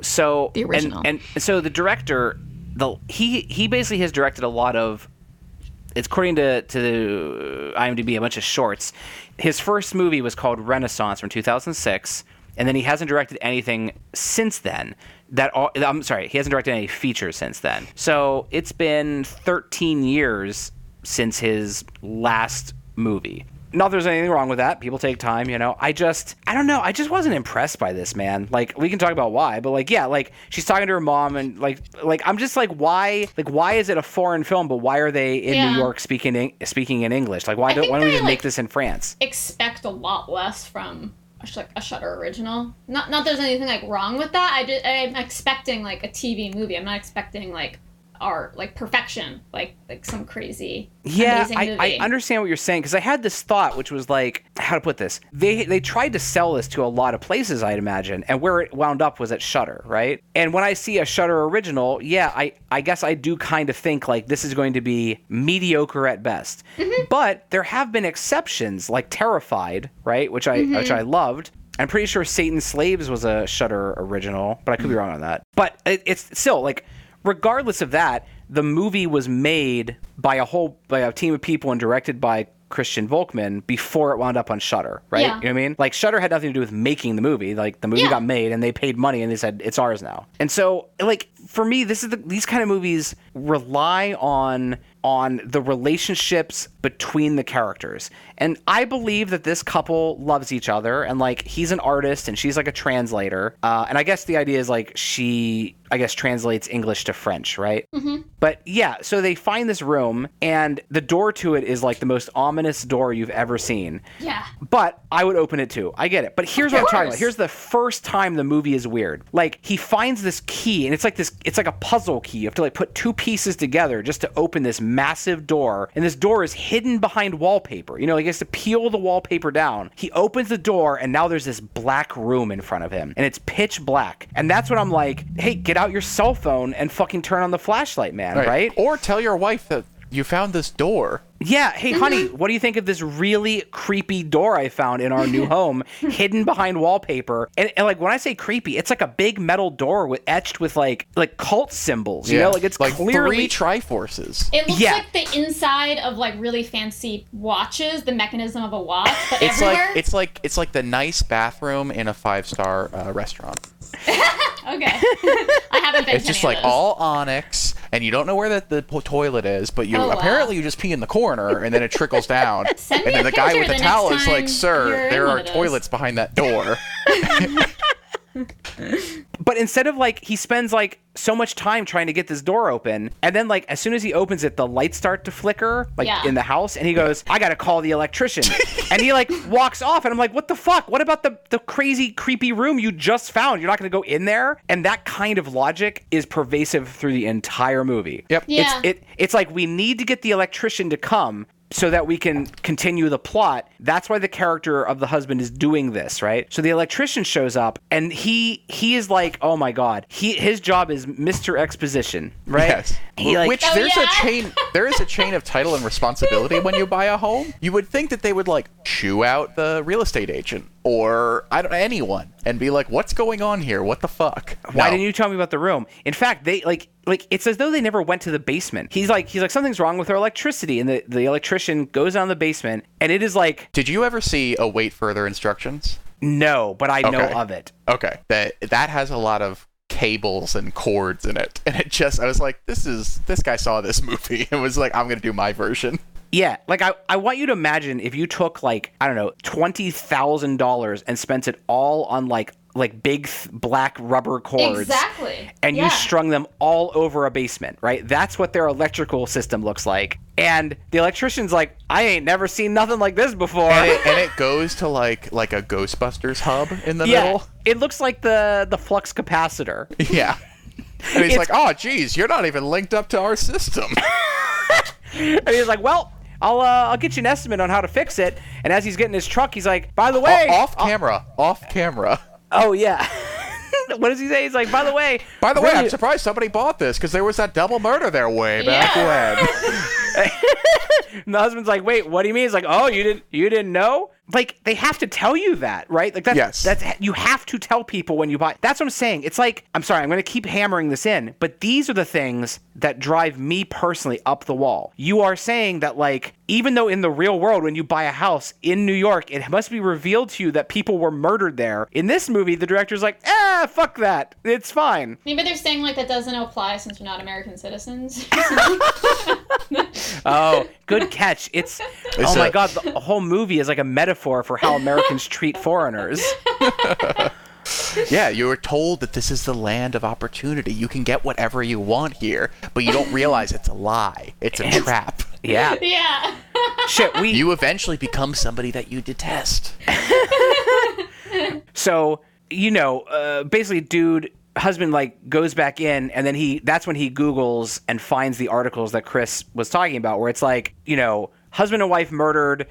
S4: So
S3: The
S4: and-
S3: original.
S4: and, so the director, the he he basically has directed a lot of. It's according to to IMDb a bunch of shorts. His first movie was called Renaissance from 2006, and then he hasn't directed anything since then. That all, I'm sorry, he hasn't directed any features since then. So it's been 13 years since his last movie. Not that there's anything wrong with that. People take time, you know. I just, I don't know. I just wasn't impressed by this man. Like, we can talk about why, but like, yeah, like she's talking to her mom, and like, like I'm just like, why, like, why is it a foreign film? But why are they in
S3: Yeah.
S4: New York speaking in, speaking in English? Like, why don't
S3: think
S4: why don't we
S3: they,
S4: just
S3: like-
S4: make this in France?
S3: expect a lot less from a, sh- a Shutter original. Not not there's anything like wrong with that. I just I'm expecting like a TV movie. I'm not expecting like art like perfection, like like some crazy
S4: Yeah,
S3: amazing movie.
S4: I, I understand what you're saying because I had this thought, which was like, how to put this? They they tried to sell this to a lot of places, I'd imagine, and where it wound up was at Shutter, right? And when I see a Shutter original, yeah, I I guess I do kind of think like this is going to be mediocre at best.
S3: Mm-hmm.
S4: But there have been exceptions, like Terrified, right, which I which
S3: Mm-hmm.
S4: I loved. I'm pretty sure Satan's Slaves was a Shutter original, but I
S3: Mm-hmm.
S4: could be wrong on that. But it, it's still like regardless of that, the movie was made by a whole by a team of people and directed by Christian Volkman before it wound up on Shutter, right?
S3: Yeah.
S4: You know what I mean? Like Shutter had nothing to do with making the movie. Like the movie
S3: Yeah.
S4: got made and they paid money and they said it's ours now. And so like for me this is the, these kind of movies rely on on the relationships between the characters. And I believe that this couple loves each other and like he's an artist and she's like a translator. Uh, and I guess the idea is like she I guess translates English to French, right? But yeah, so they find this room, and the door to it is like the most ominous door you've ever seen.
S3: yeah.
S4: But I would open it too. I get it. But here's what I'm talking about.
S3: course.
S4: Here's the first time the movie is weird. Like he finds this key, and it's like this. It's like a puzzle key. You have to like put two pieces together just to open this massive door. And this door is hidden behind wallpaper. You know, like he has to peel the wallpaper down. He opens the door, and now there's this black room in front of him, and it's pitch black. And that's when I'm like, hey, get out your cell phone and fucking turn on the flashlight, man. right?
S2: Or tell your wife that you found this door.
S4: Yeah. Hey, honey, what do you think of this really creepy door I found in our new home, hidden behind wallpaper? And, and like when I say creepy, it's like a big metal door with etched with like like cult symbols. You know, like it's
S2: like
S4: clearly.
S2: three triforces.
S3: It looks
S4: Yeah.
S3: like the inside of like really fancy watches, the mechanism of a watch, but
S2: It's
S3: everywhere.
S2: like it's like it's like the nice bathroom in a five star uh, restaurant.
S3: okay. I haven't been.
S2: It's
S3: to
S2: just
S3: any
S2: like
S3: of those.
S2: all onyx, and you don't know where the, the po- toilet is, but you
S3: Oh, wow.
S2: apparently you just pee in the corner, and then it trickles down.
S3: Send me
S2: and then
S3: a
S2: the guy
S3: picture
S2: with the,
S3: the next
S2: towel is
S3: time
S2: like, "Sir,
S3: you're in
S2: there
S3: one
S2: are
S3: of those."
S2: toilets behind that door."
S4: But instead of like, he spends like so much time trying to get this door open, and then like as soon as he opens it, the lights start to flicker like
S3: Yeah.
S4: in the house, and he goes, "I gotta call the electrician," and he like walks off, and I'm like, "What the fuck? What about the the crazy creepy room you just found? You're not gonna go in there?" And that kind of logic is pervasive through the entire movie.
S2: Yep.
S3: Yeah.
S4: It's it it's like we need to get the electrician to come so that we can continue the plot. That's why the character of the husband is doing this, right? So the electrician shows up and he he is like, "Oh my god. He his job is Mr. Exposition, right?"
S2: Yes.
S4: He like
S2: Which
S3: Oh,
S2: there's
S3: yeah?
S2: a chain there is a chain of title and responsibility when you buy a home. You would think that they would like chew out the real estate agent or I don't anyone and be like, "What's going on here? What the fuck?"
S4: Why
S2: No.
S4: didn't you tell me about the room? In fact, they like like it's as though they never went to the basement. He's like he's like something's wrong with our electricity and the, the electrician goes down the basement and it is like
S2: Did you ever see a wait further instructions?
S4: no, but I know
S2: Okay.
S4: of it.
S2: Okay. That that has a lot of cables and cords in it. And it just I was like, this is this guy saw this movie and was like, I'm gonna do my version.
S4: Yeah, like I, I want you to imagine if you took like I don't know twenty thousand dollars and spent it all on like like big th- black rubber cords,
S3: Exactly.
S4: and
S3: Yeah.
S4: you strung them all over a basement, right? That's what their electrical system looks like. And the electrician's like, I ain't never seen nothing like this before.
S2: And it, and it goes to like like a Ghostbusters hub in the
S4: yeah,
S2: middle.
S4: it looks like the the flux capacitor.
S2: Yeah. And he's
S4: It's-
S2: like, oh, geez, you're not even linked up to our system.
S4: And he's like, well. I'll, uh, I'll get you an estimate on how to fix it. And as he's getting his truck, he's like, by
S2: Oh,
S4: the way.
S2: off camera. Off camera.
S4: Oh, yeah. what does he say? He's like, by the way.
S2: By the way,
S4: really-
S2: I'm surprised somebody bought this because there was that double murder there way back when.
S4: And the husband's like, "Wait, what do you mean?" He's like, "Oh, you didn't you didn't know?" Like they have to tell you that, right? Like that's
S2: Yes.
S4: that's you have to tell people when you buy. That's what I'm saying. It's like I'm sorry, I'm going to keep hammering this in, but these are the things that drive me personally up the wall. You are saying that like even though in the real world when you buy a house in New York, it must be revealed to you that people were murdered there. In this movie, the director's like, "Ah, fuck that. It's fine."
S3: Maybe they're saying like that doesn't apply since we're not American citizens.
S4: Oh, good catch. It's, oh my
S2: a-
S4: god, the whole movie is like a metaphor for how Americans treat foreigners.
S2: Yeah, you were told that this is the land of opportunity. You can get whatever you want here, but you don't realize it's a lie. It's e- a trap.
S4: Yeah.
S3: yeah.
S4: Shit, we
S2: You eventually become somebody that you detest.
S4: So, you know, uh, basically, dude, husband like goes back in, and then he that's when he Googles and finds the articles that Chris was talking about, where it's like, you know, husband and wife murdered,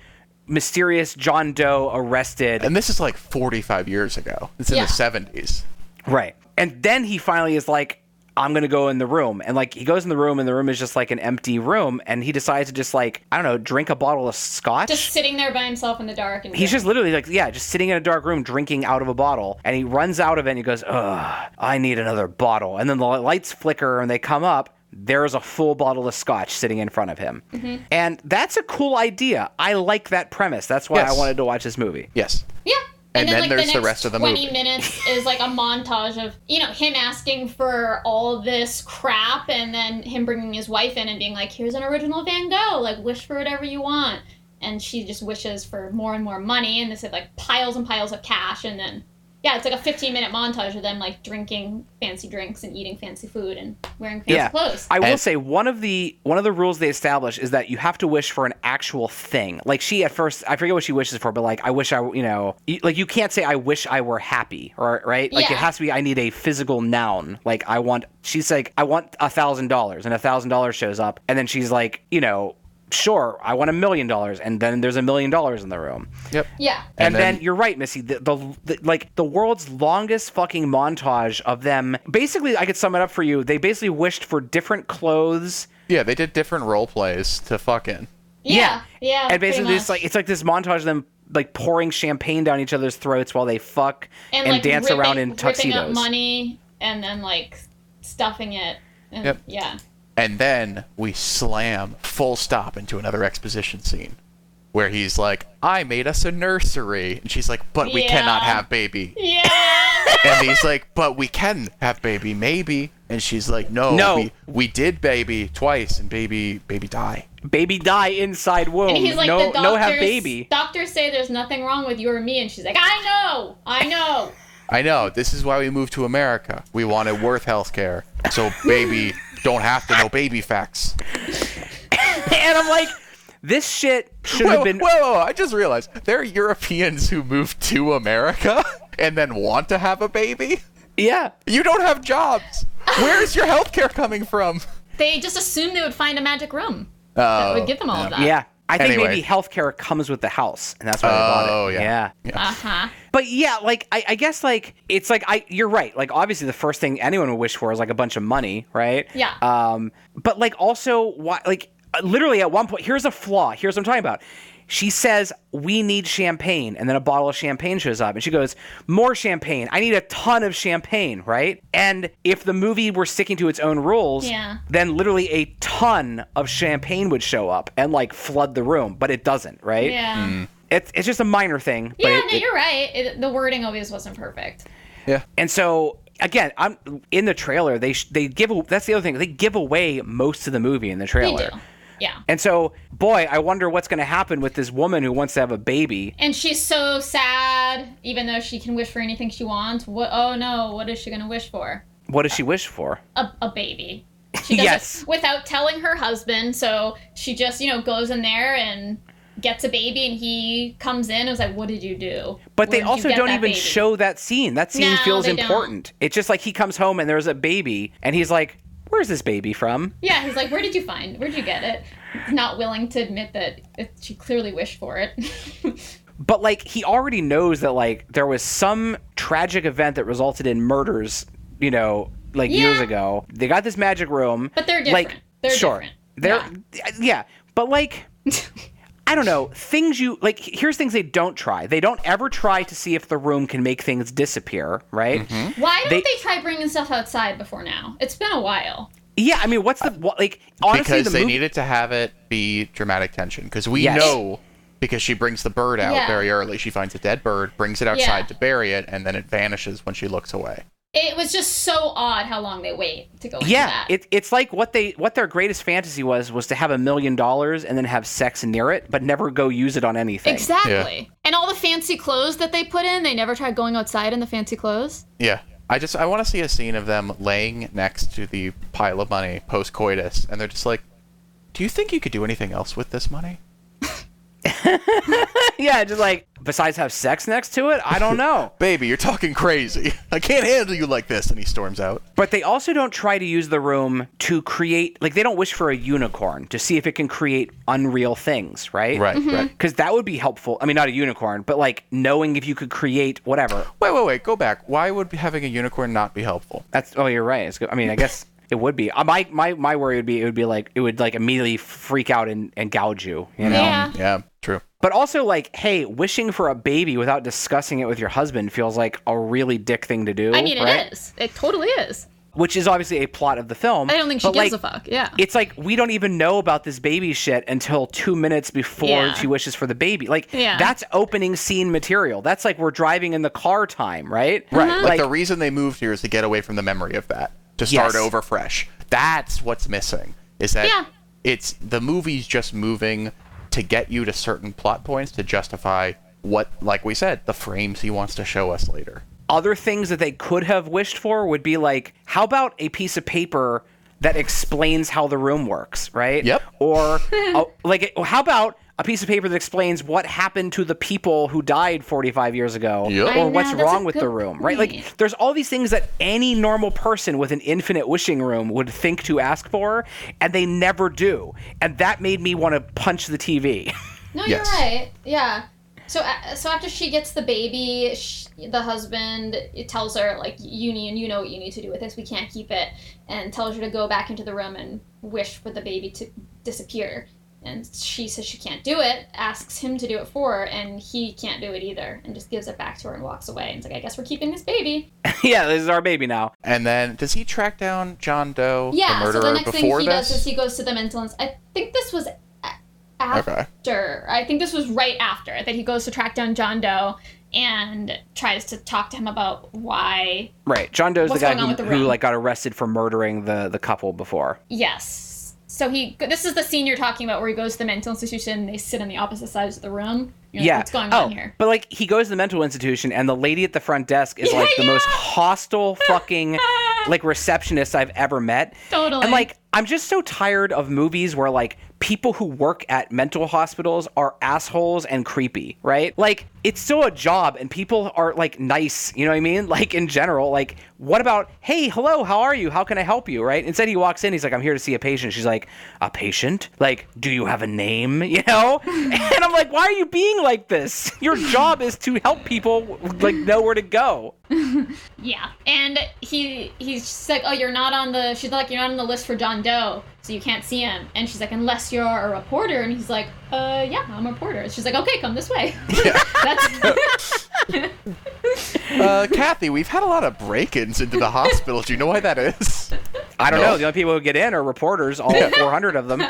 S4: mysterious John Doe arrested.
S2: And this is like 45 years ago. It's in
S3: Yeah.
S2: the 70s.
S4: right. And then he finally is like, I'm going to go in the room. And like, he goes in the room, and the room is just like an empty room. And he decides to just like, I don't know, drink a bottle of scotch.
S3: Just sitting there by himself in the dark and
S4: He's just literally like, yeah, just sitting in a dark room drinking out of a bottle. And he runs out of it and he goes, ugh, I need another bottle. And then the li- lights flicker and they come up. There's a full bottle of scotch sitting in front of him. And that's a cool idea. I like that premise. That's why I
S2: Yes.
S4: wanted to watch this movie.
S2: Yes.
S3: Yeah.
S2: And then there's the
S3: next
S2: rest of the
S3: 20
S2: movie.
S3: minutes is like a montage of, you know, him asking for all this crap and then him bringing his wife in and being like, here's an original Van Gogh. Like, wish for whatever you want. And she just wishes for more and more money. And this is like piles and piles of cash. And then, yeah, it's like a 15 minute montage of them like drinking fancy drinks and eating fancy food and wearing fancy
S4: yeah.
S3: clothes.
S4: I will
S2: And-
S4: say one of the one of the rules they establish is that you have to wish for an actual thing. Like she at first, I forget what she wishes for, but like I wish I, you know, you, like you can't say I wish I were happy, or right? Like it
S3: Yeah.
S4: has to be I need a physical noun. Like I want. She's like I want a thousand dollars, and a thousand dollars shows up, and then she's like, you know, sure, I want a million dollars, and then there's a million dollars in the room.
S2: Yep.
S3: yeah.
S4: And,
S2: And
S4: then,
S2: then-
S4: you're right, Missy. The, the, the like the world's longest fucking montage of them. Basically, I could sum it up for you. They basically wished for different clothes.
S2: Yeah, they did different role plays to fuck in.
S3: Yeah. Yeah.
S4: And
S3: pretty
S4: basically, it's
S3: much.
S4: like it's like this montage of them like pouring champagne down each other's throats while they fuck and,
S3: like,
S4: dance around
S3: ripping-
S4: in
S3: Ripping up
S4: tuxedos.
S3: money and then like stuffing it. And,
S2: Yep.
S3: Yeah.
S2: And then we slam full stop into another exposition scene where he's like, I made us a nursery. And she's like, but we
S3: Yeah.
S2: cannot have baby.
S3: Yeah.
S2: And he's like, but we can have baby, maybe. And she's like, no,
S4: No.
S2: We, we did baby twice, and baby, baby die.
S4: Baby die inside womb.
S3: and he's like,
S4: Oh, no,
S3: the doctors,
S4: no, have baby.
S3: Doctors say there's nothing wrong with you or me, and she's like, I know, I know.
S2: I know. This is why we moved to America. We wanted worth healthcare, so baby don't have to know baby facts.
S4: and I'm like, this shit should have
S2: Whoa,
S4: been.
S2: whoa, whoa! I just realized there are Europeans who moved to America and then want to have a baby.
S4: Yeah.
S2: You don't have jobs. Where is your healthcare coming from?
S3: They just assumed they would find a magic room that
S2: Oh,
S3: would give them all of that.
S4: Yeah. I think
S2: Anyway.
S4: maybe healthcare comes with the house, and that's why they bought it.
S2: Oh, yeah.
S4: Yeah.
S3: Uh huh.
S4: But yeah, like I, I guess like it's like I you're right. Like obviously the first thing anyone would wish for is like a bunch of money, right?
S3: Yeah.
S4: Um but like also why like uh, literally at one point here's a flaw. Here's what I'm talking about. She says, "We need champagne." And then a bottle of champagne shows up and she goes, "More champagne. I need a ton of champagne," right? And if the movie were sticking to its own rules,
S3: Yeah.
S4: then literally a ton of champagne would show up and like flood the room, but it doesn't, right?
S3: Yeah.
S4: It's it's just a minor thing, Mm. but
S3: Yeah,
S4: it-
S3: no,
S4: it,
S3: you're right. It, the wording always wasn't perfect.
S2: yeah.
S4: and so again, I'm in the trailer. They sh- they give a- that's the other thing. They give away most of the movie in the
S3: They
S4: trailer.
S3: do. Yeah.
S4: And so, boy, I wonder what's going to happen with this woman who wants to have a baby.
S3: And she's so sad, even though she can wish for anything she wants. What? Oh no, what is she gonna wish for?
S4: What does she wish for?
S3: a, a baby. She does
S4: Yes.
S3: it without telling her husband. So she just, you know, goes in there and gets a baby, and he comes in and is like, What did you do? Where
S4: But
S3: did
S4: they
S3: you
S4: also
S3: get
S4: don't
S3: that
S4: even
S3: baby?"
S4: show that scene. That scene
S3: No,
S4: feels
S3: they don't.
S4: important. It's just like he comes home and there's a baby, and he's like, "Where's this baby from?"
S3: Yeah, he's like, Where did you find Where did you get it? Not willing to admit that it, she clearly wished for it.
S4: But like, he already knows that like there was some tragic event that resulted in murders. You know, like years
S3: Yeah.
S4: ago, they got this magic room.
S3: But they're
S4: Like,
S3: different. They're
S4: sure.
S3: different.
S4: They're yeah. but like I don't know, things you like here's things they don't try. They don't ever try to see if the room can make things disappear, right?
S2: Mm-hmm.
S3: Why don't
S4: They-
S3: they, try bringing stuff outside before now? It's been a while.
S4: Yeah, I mean, what's the what, like honestly
S2: because
S4: the
S2: they
S4: movie
S2: needed to have it be dramatic tension. Because we
S4: Yes.
S2: know, because she brings the bird out
S3: Yeah.
S2: very early. She finds a dead bird, brings it outside
S3: Yeah.
S2: to bury it, and then it vanishes when she looks away.
S3: it was just so odd how long they wait to go into
S4: Yeah,
S3: that.
S4: it, it's like what they what their greatest fantasy was was to have a million dollars and then have sex near it, but never go use it on anything.
S3: exactly. And all the fancy clothes that they put in, they never tried going outside in the fancy clothes.
S2: Yeah. I just I want to see a scene of them laying next to the pile of money post coitus, and they're just like, "Do you think you could do anything else with this money?"
S4: yeah, just like besides have sex next to it, I don't know.
S2: Baby, you're talking crazy. I can't handle you like this. And he storms out.
S4: But they also don't try to use the room to create, like, they don't wish for a unicorn to see if it can create unreal things, right?
S2: Right.
S3: Mm-hmm.
S2: Right.
S4: Because that would be helpful. I mean, not a unicorn, but like knowing if you could create whatever.
S2: Wait, wait, wait. Go back. Why would having a unicorn not be helpful?
S4: That's, oh, you're right. It's good. I mean, I guess it would be. Uh, My, my, my worry would be it would be like, it would like immediately freak out and, and gouge you, you know?
S3: Yeah.
S2: Yeah. True.
S4: But also, like, hey, wishing for a baby without discussing it with your husband feels like a really dick thing to do.
S3: I mean, it is.
S4: right?
S3: It totally is.
S4: Which is obviously a plot of the film.
S3: I don't think she
S4: but,
S3: gives
S4: like,
S3: a fuck. Yeah.
S4: it's like we don't even know about this baby shit until two minutes before
S3: Yeah.
S4: she wishes for the baby. Like
S3: Yeah.
S4: that's opening scene material. That's like we're driving in the car time, right?
S2: Right. Like,
S4: Like,
S2: the reason they moved here is to get away from the memory of that, to start
S4: Yes.
S2: over fresh. That's what's missing. Is that
S3: Yeah.
S2: it's the movie's just moving to get you to certain plot points to justify what, like we said, the frames he wants to show us later.
S4: other things that they could have wished for would be like, how about a piece of paper that explains how the room works, right?
S2: Yep.
S4: Or uh, like, how about a piece of paper that explains what happened to the people who died 45 years ago
S2: Yep. I
S4: or what's
S3: know, that's a
S4: wrong with the
S3: good
S4: room right like
S3: point.
S4: there's all these things that any normal person with an infinite wishing room would think to ask for and they never do and that made me want to punch the tv
S3: No,
S2: Yes.
S3: you're right. Yeah. So a- so after she gets the baby, sh the husband it tells her like you need you know what you need to do with this. We can't keep it, and tells her to go back into the room and wish for the baby to disappear. And she says she can't do it. Asks him to do it for her, and he can't do it either, and just gives it back to her and walks away. And it's like I guess we're keeping this baby.
S4: yeah this is our baby now
S2: And then does he track down John Doe,
S3: Yeah.
S2: the murderer,
S3: so the next
S2: before
S3: thing he
S2: this?
S3: does is he goes to the mental. Ins- I think this was a- after.
S2: Okay.
S3: I think this was right after that he goes to track down John Doe and tries to talk to him about why.
S4: right john doe's
S3: What's
S4: the guy
S3: going on
S4: who,
S3: with the
S4: who
S3: room?
S4: like got arrested for murdering the the couple before
S3: Yes. So he. This is the scene you're talking about where he goes to the mental institution. They sit on the opposite sides of the room. You're like,
S4: yeah.
S3: What's going
S4: oh,
S3: on here?
S4: But like he goes to the mental institution and the lady at the front desk is
S3: Yeah,
S4: like the
S3: yeah.
S4: most hostile fucking like receptionist I've ever met.
S3: Totally.
S4: And like I'm just so tired of movies where like people who work at mental hospitals are assholes and creepy, right? Like it's still a job and people are like nice, you know what I mean? Like in general, like what about, "Hey, hello, how are you? How can I help you?" right? Instead he walks in, he's like, "I'm here to see a patient." She's like, "A patient? Like, do you have a name?" you know? and I'm like, "Why are you being like this? Your job is to help people like know where to go."
S3: Yeah. And he he's just like, oh, you're not on the. She's like, you're not on the list for John Doe, so you can't see him. And she's like, unless you're a reporter. And he's like, uh, yeah, I'm a reporter. She's like, okay, come this way. That's.
S2: uh, Kathy, we've had a lot of break-ins into the hospital. Do you know why that is?
S4: I don't
S2: No.
S4: know. The only people who get in are reporters, all 400 of them.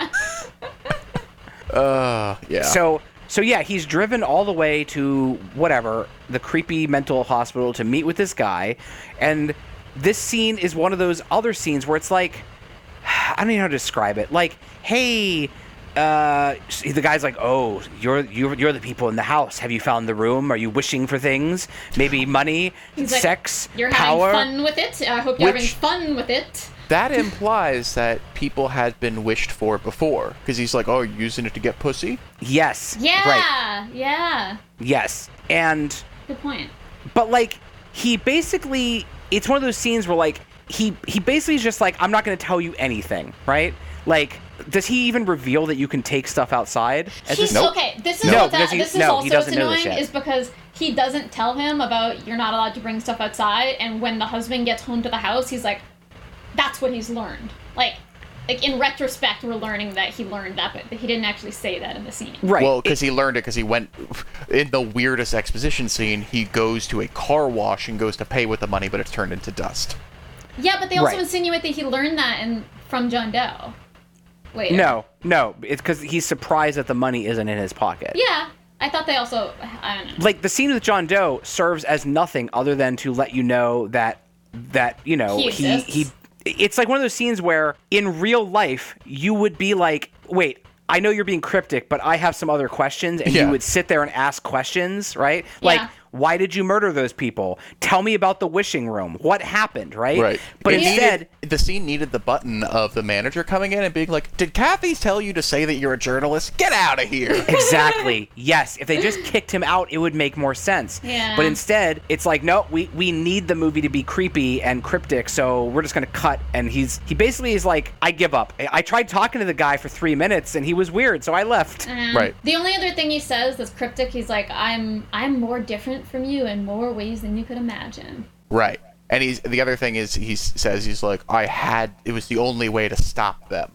S2: Uh, yeah.
S4: So so yeah, he's driven all the way to whatever, the creepy mental hospital to meet with this guy. And this scene is one of those other scenes where it's like I don't even know how to describe it. Like, hey, uh, the guy's like, "Oh, you're you're you're the people in the house. Have you found the room? Are you wishing for things? Maybe money,
S3: He's like,
S4: sex,
S3: You're
S4: power."
S3: having fun with it. I hope you're
S2: Which-
S3: having fun with it.
S2: That implies that people had been wished for before, because he's like, "Oh, you're using it to get pussy."
S4: Yes.
S3: Yeah,
S4: Right.
S3: yeah.
S4: Yes. And
S3: Good point.
S4: But like he basically it's one of those scenes where like he he basically is just like I'm not going to tell you anything, right? Like does he even reveal that you can take stuff outside? At
S3: He's,
S4: this-
S2: Nope.
S3: Okay, this is
S4: No,
S3: what that,
S4: because he-
S3: this is
S4: no, he
S3: also what's
S4: doesn't know this
S3: annoying
S4: yet.
S3: is because he doesn't tell him about you're not allowed to bring stuff outside, and when the husband gets home to the house, he's like, "That's what he's learned." Like, like in retrospect, we're learning that he learned that, but he didn't actually say that in the scene.
S4: right.
S2: Well,
S4: it-
S2: because he learned it because he went in the weirdest exposition scene. He goes to a car wash and goes to pay with the money, but it's turned into dust.
S3: Yeah, but they also
S4: Right.
S3: insinuate that he learned that in, from John Doe. Later.
S4: no, no, it's cuz he's surprised that the money isn't in his pocket.
S3: Yeah, I thought they also. I don't know.
S4: Like the scene with John Doe serves as nothing other than to let you know that that you know
S3: He
S4: he,
S3: exists.
S4: he it's like one of those scenes where in real life you would be like wait I know you're being cryptic, but I have some other questions, and
S2: Yeah.
S4: you would sit there and ask questions, right? Like,
S3: Yeah.
S4: why did you murder those people? Tell me about the wishing room. What happened, right?
S2: Right.
S4: But
S2: It
S4: instead,
S2: needed- the scene needed the button of the manager coming in and being like, "Did Kathy tell you to say that you're a journalist? Get out of here!"
S4: Exactly. yes. If they just kicked him out, it would make more sense.
S3: Yeah.
S4: But instead, it's like, no, we, we need the movie to be creepy and cryptic, so we're just gonna cut. And he's he basically is like, I give up. I, I tried talking to the guy for three minutes and he was weird, so I
S3: Mm.
S4: left.
S2: right.
S3: The only other thing he says that's cryptic, he's like, "I'm I'm more different from you in more ways than you could imagine."
S2: Right. And he's the other thing is he s- says he's like, "I had it was the only way to stop them.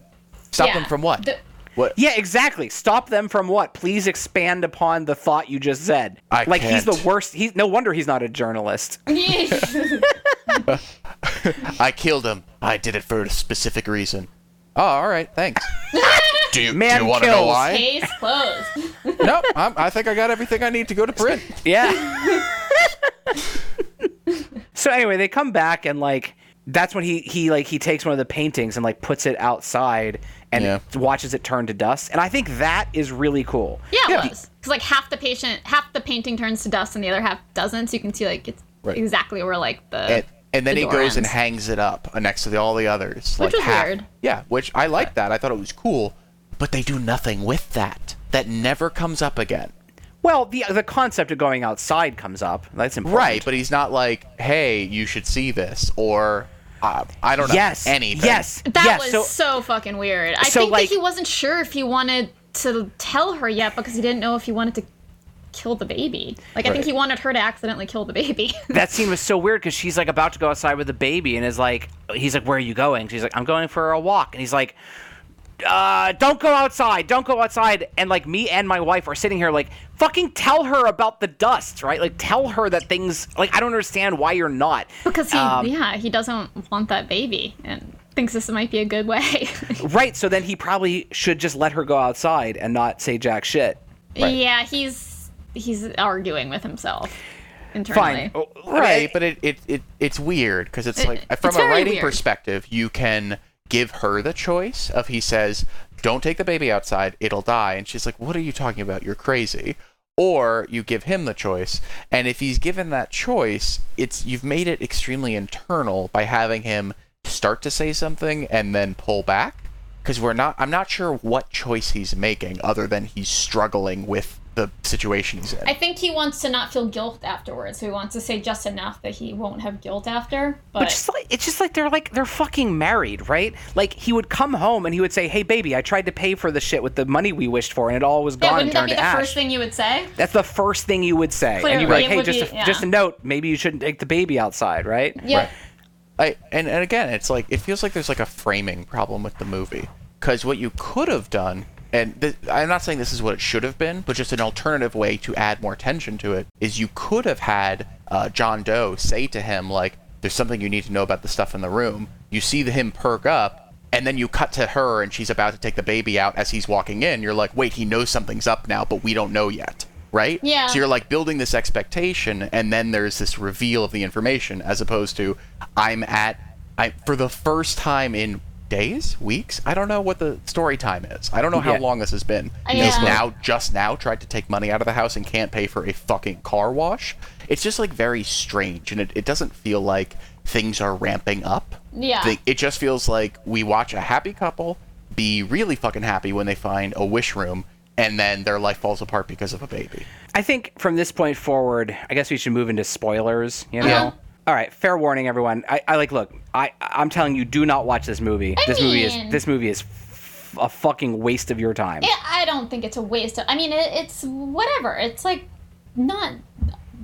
S2: Stop
S3: Yeah.
S2: them from what?
S3: The-
S2: what?
S4: Yeah, exactly. Stop them from what? Please expand upon the thought you just said.
S2: I
S4: like he's the
S2: can't.
S4: worst. He's no wonder he's not a journalist.
S2: I killed him. I did it for a specific reason. Oh, all right. Thanks. do you,
S4: Man
S2: do you want to know
S4: kills.
S2: why?
S3: Case closed.
S2: nope. I'm, I think I got everything I need to go to print.
S4: Yeah. so anyway, they come back and like that's when he he like he takes one of the paintings and like puts it outside and
S2: Yeah.
S4: watches it turn to dust. And I think that is really cool.
S3: Yeah,
S2: Yeah.
S3: it was because like half the patient, half the painting turns to dust, and the other half doesn't. So you can see like it's
S2: Right.
S3: exactly where like the
S2: and, and then
S3: the
S2: he
S3: door
S2: goes and
S3: ends.
S2: hangs it up next to the, all the others. Which like
S3: was
S2: half-
S3: weird.
S2: Yeah, which I like that. I thought it was cool, but they do nothing with that. That never comes up again.
S4: Well, the the concept of going outside comes up. That's important.
S2: Right, but he's not like, "Hey, you should see this," or uh, I don't know
S4: yes.
S2: anything.
S4: Yes.
S3: That was
S4: yes. so,
S3: so, fucking weird. I
S4: so,
S3: think
S4: like-
S3: that he wasn't sure if he wanted to tell her yet because he didn't know if he wanted to kill the baby. Like I
S2: Right.
S3: think he wanted her to accidentally kill the baby.
S4: that scene was so weird because she's like about to go outside with the baby and is like, he's like, where are you going? She's like, I'm going for a walk. And he's like, uh, don't go outside, don't go outside. And like me and my wife are sitting here like, fucking tell her about the dust, right? Like tell her that things, like I don't understand why you're not.
S3: because he
S2: Um,
S3: yeah he doesn't want that baby and thinks this might be a good way
S4: Right. So then he probably should just let her go outside and not say jack shit.
S3: yeah he's he's arguing with himself internally
S4: Fine. Oh, I mean,
S2: right but it, it, it it's weird because it's like from
S3: it's
S2: a
S3: very
S2: writing
S3: weird.
S2: perspective you can give her the choice of he says don't take the baby outside it'll die and she's like what are you talking about you're crazy or you give him the choice and if he's given that choice it's you've made it extremely internal by having him start to say something and then pull back because we're not i'm not sure what choice he's making other than he's struggling with the situation he's in
S3: i think he wants to not feel guilt afterwards so he wants to say just enough that he won't have guilt after but,
S4: But just like it's just like they're like they're fucking married, right? Like he would come home and he would say, "Hey, baby, I tried to pay for the shit with the money we wished for, and it all was gone
S3: yeah,
S4: and
S3: wouldn't that
S4: turned
S3: be the
S4: to ash."
S3: first thing you would say
S4: That's the first thing you would say, and you'd be
S3: Clearly,
S4: like,
S3: it
S4: "Hey,
S3: would
S4: just a,
S3: be- yeah.
S4: just a note. Maybe you shouldn't take the baby outside, right?"
S3: yeah
S2: I and, and again, it's like it feels like there's like a framing problem with the movie because what you could have done, and th- I'm not saying this is what it should have been, but just an alternative way to add more tension to it is you could have had uh, John Doe say to him like, "There's something you need to know about the stuff in the room." You see him perk up, and then you cut to her, and she's about to take the baby out as he's walking in. You're like, "Wait, he knows something's up now, but we don't know yet." Right?
S3: Yeah.
S2: So you're like building this expectation, and then there's this reveal of the information, as opposed to I'm at I for the first time in days, weeks. I don't know what the story time is. I don't know how
S4: Yeah.
S2: long this has been.
S3: Yeah.
S2: He's now just now tried to take money out of the house and can't pay for a fucking car wash. It's just like very strange, and it, it doesn't feel like things are ramping up.
S3: Yeah.
S2: They- it just feels like we watch a happy couple be really fucking happy when they find a wish room, and then their life falls apart because of a baby.
S4: I think from this point forward, I guess we should move into spoilers. You know.
S2: Yeah.
S3: Uh-huh.
S4: All right. Fair warning, everyone. I, I like look. I I'm telling you, do not watch this movie. this movie
S3: mean-
S4: is this movie is f- a fucking waste of your time.
S3: Yeah, I don't think it's a waste of. I mean, it, it's whatever. It's like not.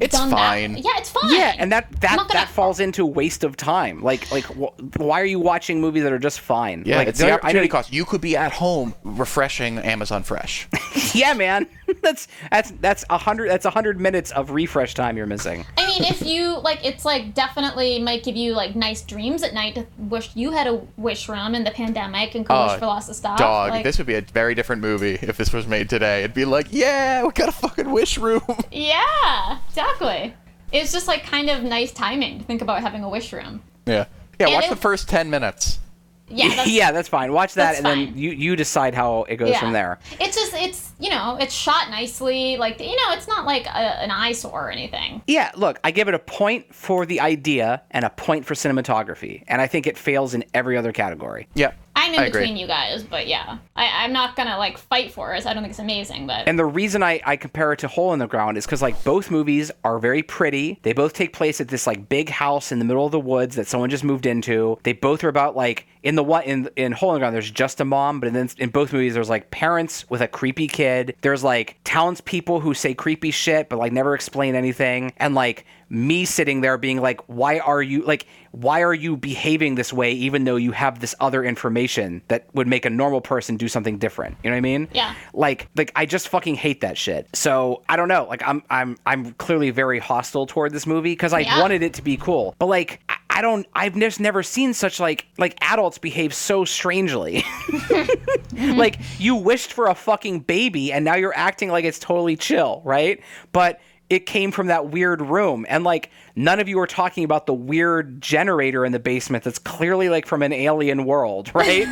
S2: It's
S3: done that-
S2: fine.
S3: Yeah, it's fine.
S4: Yeah, and that that
S3: I'm not gonna-
S4: that falls into waste of time. Like like wh- why are you watching movies that are just fine?
S2: Yeah,
S4: like,
S2: it's
S4: there-
S2: the
S4: I know
S2: opportunity
S4: you-
S2: cost. You could be at home refreshing Amazon Fresh.
S3: Oh,
S4: Yeah, man, that's that's that's a hundred that's a hundred minutes of refresh time you're missing.
S3: I mean, if you like, it's like definitely might give you like nice dreams at night. To wish you had a wish room in the pandemic and could
S2: Oh,
S3: wish for lots of stuff.
S2: Dog,
S3: like-
S2: this would be a very different movie if this was made today. It'd be like, yeah, we got a fucking wish room.
S3: Yeah, exactly. It's just like kind of nice timing to think about having a wish room.
S2: Yeah. Yeah,
S3: And
S2: watch
S3: it-
S2: the first 10 minutes.
S3: Yeah, that's,
S4: yeah, that's fine. Watch that,
S3: that's
S4: and
S3: fine.
S4: then you you decide how it goes
S3: yeah.
S4: from there.
S3: It's just it's you know it's shot nicely. Like you know it's not like a, an eyesore or anything.
S4: Yeah, look, I give it a point for the idea and a point for cinematography, and I think it fails in every other category.
S2: Yeah.
S3: I'm in
S2: I agree.
S3: between you guys, but yeah, I, I'm not gonna like fight for it. I don't think it's amazing, but
S4: And the reason I, I compare it to Hole in the Ground is because like both movies are very pretty. They both take place at this like big house in the middle of the woods that someone just moved into. They both are about like in the one in in Hole in the Ground there's just a mom, but then in both movies there's like parents with a creepy kid. There's like townspeople who say creepy shit but like never explain anything, and like me sitting there being like, why are you like why are you behaving this way even though you have this other information that would make a normal person do something different? You know what I mean?
S3: Yeah.
S4: like like I just fucking hate that shit. So I don't know. Like I'm I'm I'm clearly very hostile toward this movie because I
S3: Yeah.
S4: wanted it to be cool, but like I, I don't. I've just never seen such like like adults behave so strangely. like you wished for a fucking baby and now you're acting like it's totally chill, right? But it came from that weird room and like none of you are talking about the weird generator in the basement that's clearly like from an alien world, right?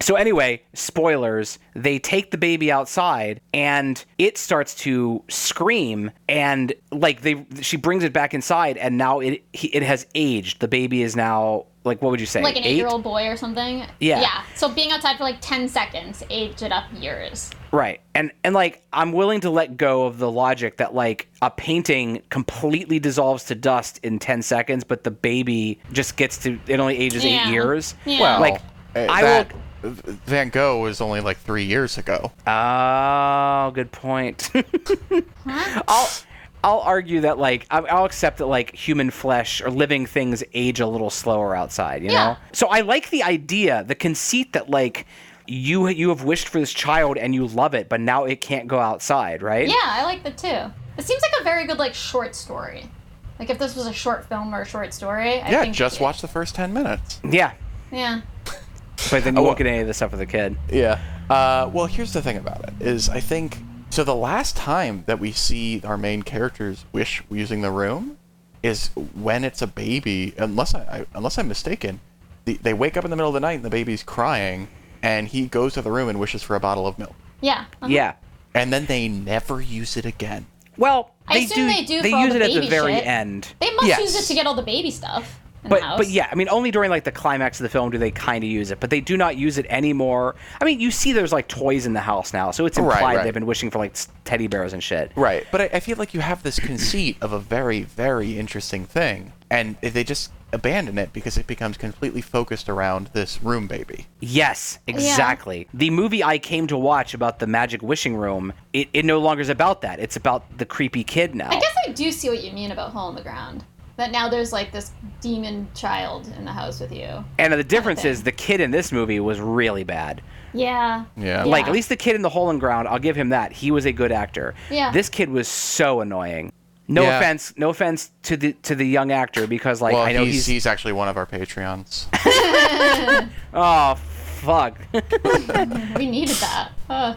S4: So anyway, spoilers, they take the baby outside and it starts to scream and like they she brings it back inside and now it he, it has aged. The baby is now like what would you say?
S3: like an
S4: eight?
S3: eight-year-old boy or something.
S4: Yeah.
S3: Yeah. So being outside for like ten seconds aged it up years.
S4: Right. And and like I'm willing to let go of the logic that like a painting completely dissolves to dust in 10 seconds but the baby just gets to it only ages
S3: Yeah.
S4: 8 years.
S3: Yeah. Well,
S4: like
S2: eh,
S4: I
S2: that-
S4: will
S2: Van Gogh was only like three years ago.
S4: Oh, good point. I'll I'll argue that like I- I'll accept that like human flesh or living things age a little slower outside, you
S3: Yeah.
S4: know. So I like the idea, the conceit that like you you have wished for this child and you love it, but now it can't go outside, right?
S3: Yeah, I like that too. It seems like a very good like short story. Like if this was a short film or a short story, I
S2: yeah,
S3: think
S2: just watch the first 10 minutes.
S4: Yeah.
S3: Yeah.
S4: But then you
S2: Oh,
S4: won't
S2: well-
S4: get any of the stuff with the kid.
S3: Uh-huh.
S2: Yeah. Uh, well, here's the thing about it is I think so. The last time that we see our main characters wish using the room is when it's a baby. Unless I, I unless I'm mistaken, the, they wake up in the middle of the night and the baby's crying, and he goes to the room and wishes for a bottle of milk,
S3: Yeah. uh-huh.
S4: Yeah.
S2: and then they never use it again.
S4: Well,
S3: I
S4: they do
S3: assume they do
S4: they
S3: for all
S4: use
S3: the
S4: it at the
S3: baby
S4: very
S3: shit.
S4: end.
S3: They must
S2: Yes.
S3: use it to get all the baby stuff. In
S4: But
S3: the house.
S4: but yeah, I mean, only during like the climax of the film do they kind of use it, but they do not use it anymore. I mean, you see, there's like toys in the house now, so it's
S2: Right,
S4: implied
S2: right.
S4: they've been wishing for like s- teddy bears and shit.
S2: Right. But I, I feel like you have this conceit of a very, very interesting thing, and they just abandon it because it becomes completely focused around this room baby.
S4: Yes, exactly. The movie I came to watch about the magic wishing room, it, it no longer is about that. It's about the creepy kid now.
S3: I guess I do see what you mean about hole in the ground. That now there's like this demon child in the house with you.
S4: and the difference is the kid in this movie was really bad.
S3: Yeah.
S2: Yeah.
S4: Like at least the kid in the hole and ground, I'll give him that. He was a good actor.
S3: Yeah.
S4: This kid was so annoying. No
S2: Yeah.
S4: offense, no offense to the to the young actor because like
S2: well,
S4: I know
S2: he's,
S4: he's,
S2: he's actually one of our Patreons.
S4: oh fuck.
S3: We needed that. Uh,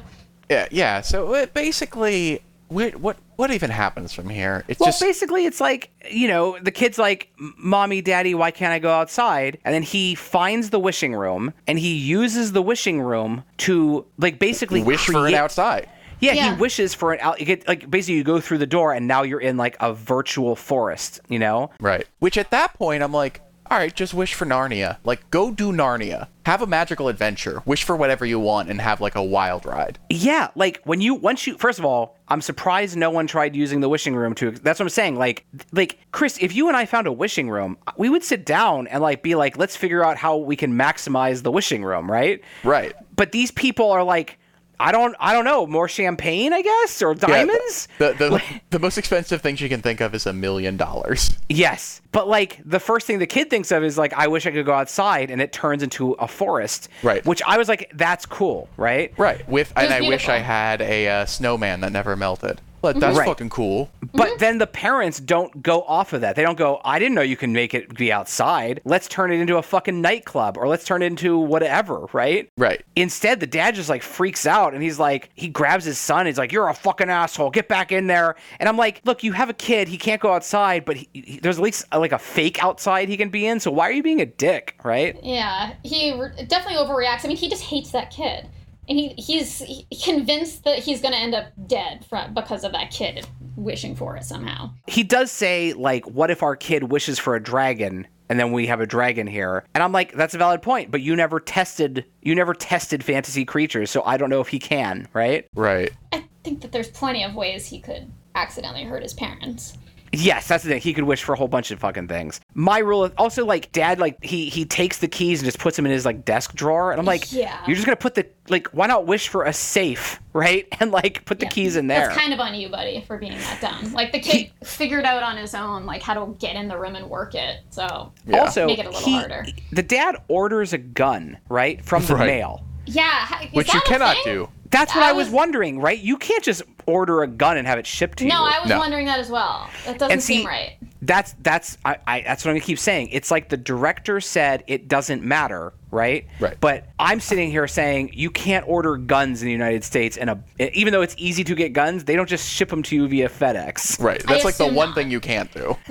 S2: yeah, yeah. So it basically, what what what even happens from here? It's
S4: well,
S2: just
S4: basically it's like you know the kid's like, "Mommy, Daddy, why can't I go outside?" And then he finds the wishing room and he uses the wishing room to like basically
S2: wish for it
S4: create-
S2: outside.
S4: Yeah,
S3: Yeah.
S4: he wishes for an out. you get- Like basically, you go through the door and now you're in like a virtual forest. You know.
S2: Right. Which at that point, I'm like, all right, just wish for Narnia. Like, go do Narnia. Have a magical adventure. Wish for whatever you want, and have like a wild ride.
S4: Yeah, like when you once you first of all, I'm surprised no one tried using the wishing room to. That's what I'm saying. Like, like Chris, if you and I found a wishing room, we would sit down and like be like, let's figure out how we can maximize the wishing room, right?
S2: Right.
S4: But these people are like, I don't, I don't know, more champagne, I guess, or
S2: Yeah,
S4: diamonds.
S2: the the, the most expensive things you can think of is a million dollars.
S4: Yes, but like the first thing the kid thinks of is like, I wish I could go outside, and it turns into a forest.
S2: Right.
S4: Which I was like, that's cool, right?
S2: Right. With and I
S3: It was
S2: wish I
S3: beautiful.
S2: had a uh, snowman that never melted. But that's
S4: Right.
S2: fucking cool.
S4: But then the parents don't go off of that. They don't go, I didn't know you can make it be outside. Let's turn it into a fucking nightclub or let's turn it into whatever, right?
S2: Right.
S4: Instead, the dad just like freaks out and he's like, he grabs his son. He's like, You're a fucking asshole. Get back in there. And I'm like, Look, you have a kid. He can't go outside, but he, he- there's at least uh, like a fake outside he can be in. So why are you being a dick, right?
S3: Yeah, he re- definitely overreacts. I mean, he just hates that kid, and he he's he- convinced that he's gonna end up dead from because of that kid wishing for it somehow.
S4: he does say like what if our kid wishes for a dragon and then we have a dragon here and i'm like that's a valid point but you never tested you never tested fantasy creatures so i don't know if he can right
S2: Right.
S3: I think that there's plenty of ways he could accidentally hurt his parents.
S4: yes that's the thing he could wish for a whole bunch of fucking things my rule of, also like dad like he he takes the keys and just puts them in his like desk drawer and i'm like
S3: Yeah.
S4: you're just gonna put the like why not wish for a safe right and like put the keys in there
S3: That's kind of on you, buddy, for being that dumb. Like the kid figured out on his own, like how to get in the room and work it. So
S4: also
S3: Make it a little
S4: he-
S3: harder.
S4: the dad orders a gun right from the
S2: Right.
S4: mail
S3: yeah, h- is
S2: Which you
S3: that a
S2: cannot
S3: thing?
S2: do.
S4: That's what
S3: I
S4: I was
S3: was-
S4: wondering, right? You can't just order a gun and have it shipped to you.
S3: No, I was
S2: No.
S3: wondering that as well. That doesn't
S4: and see,
S3: seem right.
S4: that's that's I, I that's what I'm gonna keep saying. It's like the director said it doesn't matter, right?
S2: Right.
S4: But I'm sitting here saying you can't order guns in the United States, and a even though it's easy to get guns, they don't just ship them to you via FedEx.
S2: Right. That's like the
S3: assume
S2: one
S3: not.
S2: thing you can't do.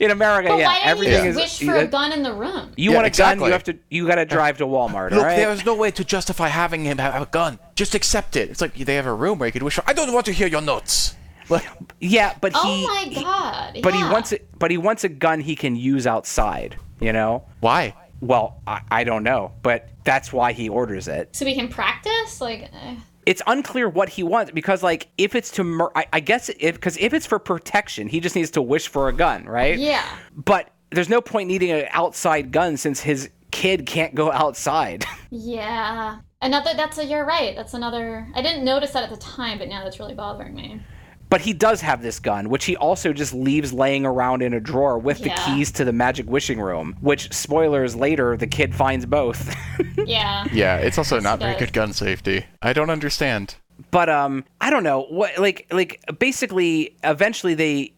S4: In America,
S3: But
S4: yeah,
S3: why didn't
S4: everything
S3: you
S4: is.
S3: just wish for a gun in the room?
S4: You
S2: Yeah,
S4: want a gun,
S2: exactly.
S4: you have to you gotta drive to Walmart, all
S2: Look,
S4: right?
S2: there is no way to justify having him have a gun. Just accept it. It's like they have a room where you could wish for. I don't want to hear your notes. Like,
S4: yeah, but he
S3: oh my god!
S4: but
S3: yeah.
S4: he wants it but he wants a gun he can use outside, you know?
S2: why?
S4: Well, I, I don't know, but that's why he orders it.
S3: so we can practice. Like, eh.
S4: It's unclear what he wants because, like, if it's to, mur- I, I guess, if because if it's for protection, he just needs to wish for a gun, right?
S3: yeah.
S4: But there's no point needing an outside gun since his kid can't go outside.
S3: Yeah. Another that's a you're right. That's another I didn't notice that at the time, but now that's really bothering me.
S4: but he does have this gun, which he also just leaves laying around in a drawer with
S3: Yeah.
S4: the keys to the magic wishing room. Which spoilers later, the kid finds both.
S3: Yeah.
S2: Yeah, it's also not very
S3: does.
S2: good gun safety. I don't understand.
S4: but um i don't know what like like basically eventually they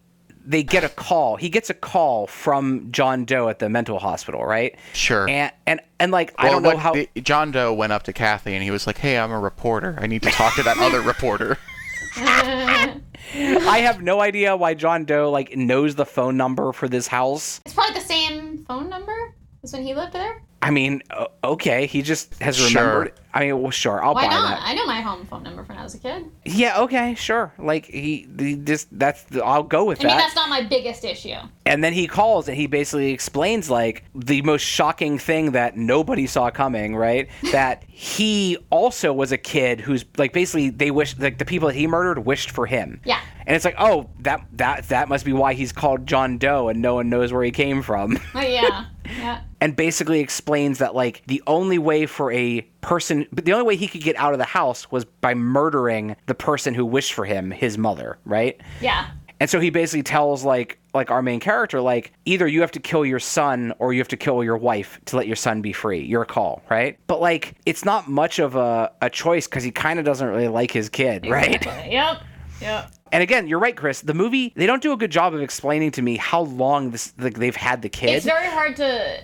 S4: they get a call he gets a call from john doe at the mental hospital right
S2: Sure.
S4: and and, and like i
S2: Well,
S4: don't know
S2: what
S4: how
S2: the- John Doe went up to Kathy and he was like, "Hey, I'm a reporter. I need to talk to that other reporter."
S4: i have no idea why john doe like knows the phone number for this house
S3: It's probably the same phone number as when he lived there.
S4: i mean o- okay he just has
S2: Sure.
S4: remembered i mean well sure i'll
S3: Why
S4: buy
S3: not?
S4: that
S3: I know my home phone number from when I was a kid.
S4: yeah okay sure like he, he just that's the, i'll go with
S3: I
S4: that
S3: mean that's not my biggest issue.
S4: And then he calls and he basically explains like the most shocking thing that nobody saw coming, right? That he also was a kid who's like basically they wish like the people that he murdered wished for him.
S3: Yeah.
S4: And it's like, oh, that that that must be why he's called John Doe and no one knows where he came from.
S3: Oh yeah. yeah.
S4: and basically explains that like the only way for a person but the only way he could get out of the house was by murdering the person who wished for him, his mother, right?
S3: Yeah.
S4: And so he basically tells like like our main character like either you have to kill your son or you have to kill your wife to let your son be free. Your call, right? But like it's not much of a, a choice because he kind of doesn't really like his kid, right?
S3: Exactly. Yep. Yep.
S4: And again, you're right, Chris. The movie they don't do a good job of explaining to me how long this like they've had the kid.
S3: It's very hard to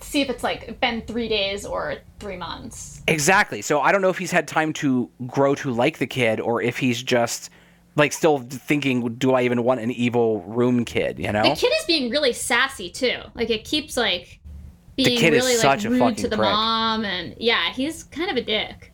S3: see if it's like been three days or three months.
S4: Exactly. So I don't know if he's had time to grow to like the kid or if he's just like still thinking, do I even want an evil room kid? You know,
S3: The kid is being really sassy too. Like it keeps like being
S4: kid is
S3: really
S4: such
S3: like
S4: a
S3: rude
S4: fucking
S3: to the
S4: prick.
S3: mom and yeah, he's kind of a dick.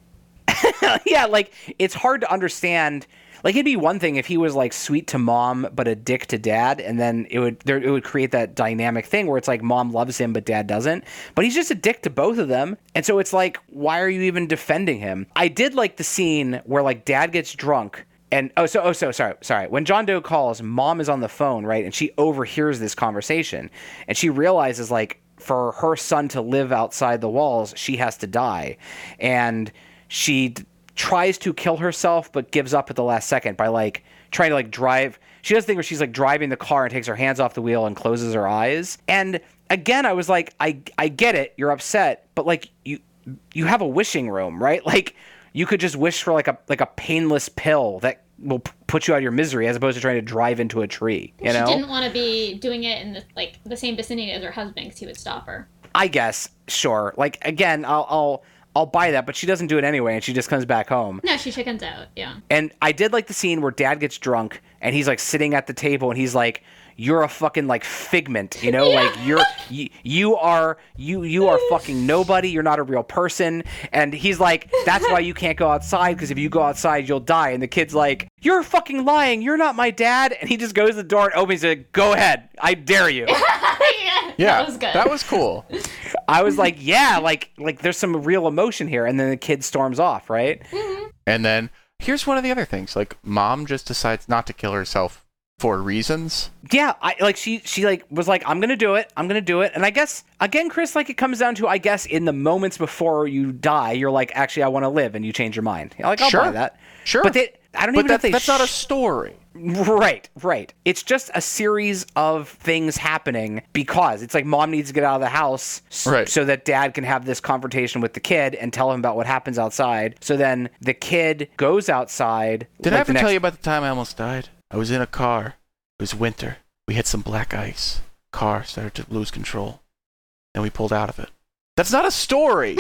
S4: yeah, like it's hard to understand. Like it'd be one thing if he was like sweet to mom but a dick to dad, and then it would there, it would create that dynamic thing where it's like mom loves him but dad doesn't. But he's just a dick to both of them, and so it's like why are you even defending him? I did like the scene where like dad gets drunk. And oh, so oh, so sorry, sorry. When John Doe calls, mom is on the phone, right? And she overhears this conversation, and she realizes like for her son to live outside the walls, she has to die, and she d- tries to kill herself but gives up at the last second by like trying to like drive she does a thing where she's like driving the car and takes her hands off the wheel and closes her eyes and again i was like i i get it you're upset but like you you have a wishing room right like you could just wish for like a like a painless pill that will p- put you out of your misery as opposed to trying to drive into a tree. You
S3: She
S4: know,
S3: didn't want to be doing it in the, like the same vicinity as her husband because he would stop her.
S4: I guess sure. Like again, I'll I'll I'll buy that, but she doesn't do it anyway, and she just comes back home.
S3: No, she chickens out. Yeah.
S4: And I did like the scene where dad gets drunk and he's like sitting at the table and he's like, "You're a fucking like figment, you know? Like you're you, you are you you are fucking nobody. You're not a real person." And he's like, "That's why you can't go outside because if you go outside, you'll die." And the kid's like, "You're fucking lying. You're not my dad." And he just goes to the door and opens it. like, Go ahead, I dare you.
S3: yeah.
S2: Yeah,
S3: That was good.
S2: That was cool.
S4: I was like, "Yeah, like like there's some real emotion here." And then the kid storms off, right?
S2: And then here's one of the other things. Like mom just decides not to kill herself for reasons.
S4: yeah i like she she like was like i'm gonna do it i'm gonna do it and i guess again chris like it comes down to i guess in the moments before you die you're like actually i want to live and you change your mind like i'll buy
S2: Sure.
S4: that
S2: Sure.
S4: but they i don't
S2: But
S4: even know
S2: that,
S4: if they
S2: that's not a
S4: sh-
S2: story.
S4: right right it's just a series of things happening because it's like mom needs to get out of the house s-
S2: Right.
S4: so that dad can have this confrontation with the kid and tell him about what happens outside so then the kid goes outside
S2: Did I
S4: like,
S2: ever
S4: the next-
S2: tell you about the time I almost died? I was in a car. It was winter. We hit some black ice. Car started to lose control. Then we pulled out of it. That's not a story.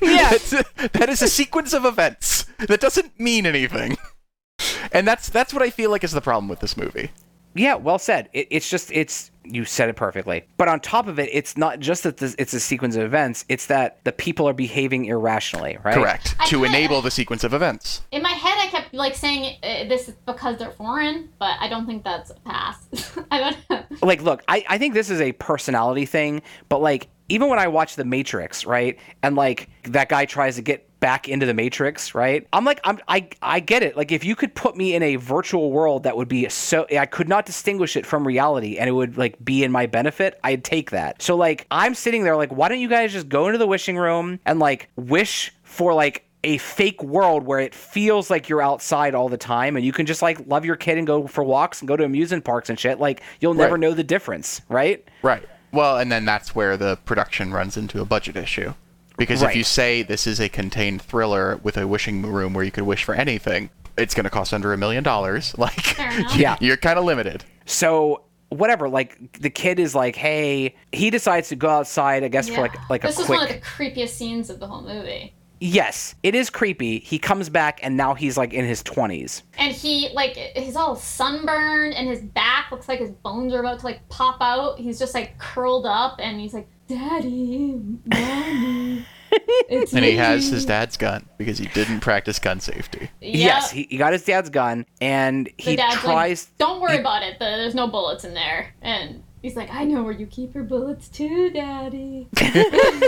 S2: yeah. That's that is a sequence of events that doesn't mean anything. And that's that's what I feel like is the problem with this movie.
S4: Yeah, well said. It, it's just it's you said it perfectly. But on top of it, it's not just that this, it's a sequence of events. It's that the people are behaving irrationally, right?
S2: Correct.
S3: I
S2: to
S3: kinda-
S2: enable the sequence of events.
S3: in my head, I kept like saying uh, this is because they're foreign, but I don't think that's a pass. I don't know.
S4: Like, look, I, I think this is a personality thing. But like, even when I watch The Matrix, right, and like that guy tries to get back into the Matrix, right? I'm like, I'm I I get it. Like, if you could put me in a virtual world that would be so I could not distinguish it from reality, and it would like be in my benefit, I'd take that. So like, I'm sitting there like, why don't you guys just go into the wishing room and like wish for like a fake world where it feels like you're outside all the time and you can just like love your kid and go for walks and go to amusement parks and shit like you'll never
S2: Right.
S4: know the difference right
S2: Right. Well, and then that's where the production runs into a budget issue. Because
S4: Right.
S2: if you say this is a contained thriller with a wishing room where you could wish for anything, it's going to cost under a million dollars. Like,
S3: Fair enough.
S4: Yeah.
S2: you're kind of limited.
S4: so whatever like the kid is like hey he decides to go outside i guess for like like
S3: this
S4: a
S3: was
S4: quick
S3: one of the creepiest scenes of the whole movie.
S4: yes it is creepy he comes back and now he's like in his 20s
S3: And he like he's all sunburned, and his back looks like his bones are about to like pop out. He's just like curled up, and he's like, "Daddy, mommy." It's
S2: And
S3: me."
S2: he has his dad's gun because he didn't practice gun safety.
S3: Yep.
S4: yes he, he got his dad's gun and
S3: The
S4: he
S3: dad's like,
S4: tries
S3: Don't worry about it. The, there's no bullets in there. And he's like, I know where you keep your bullets too, Daddy.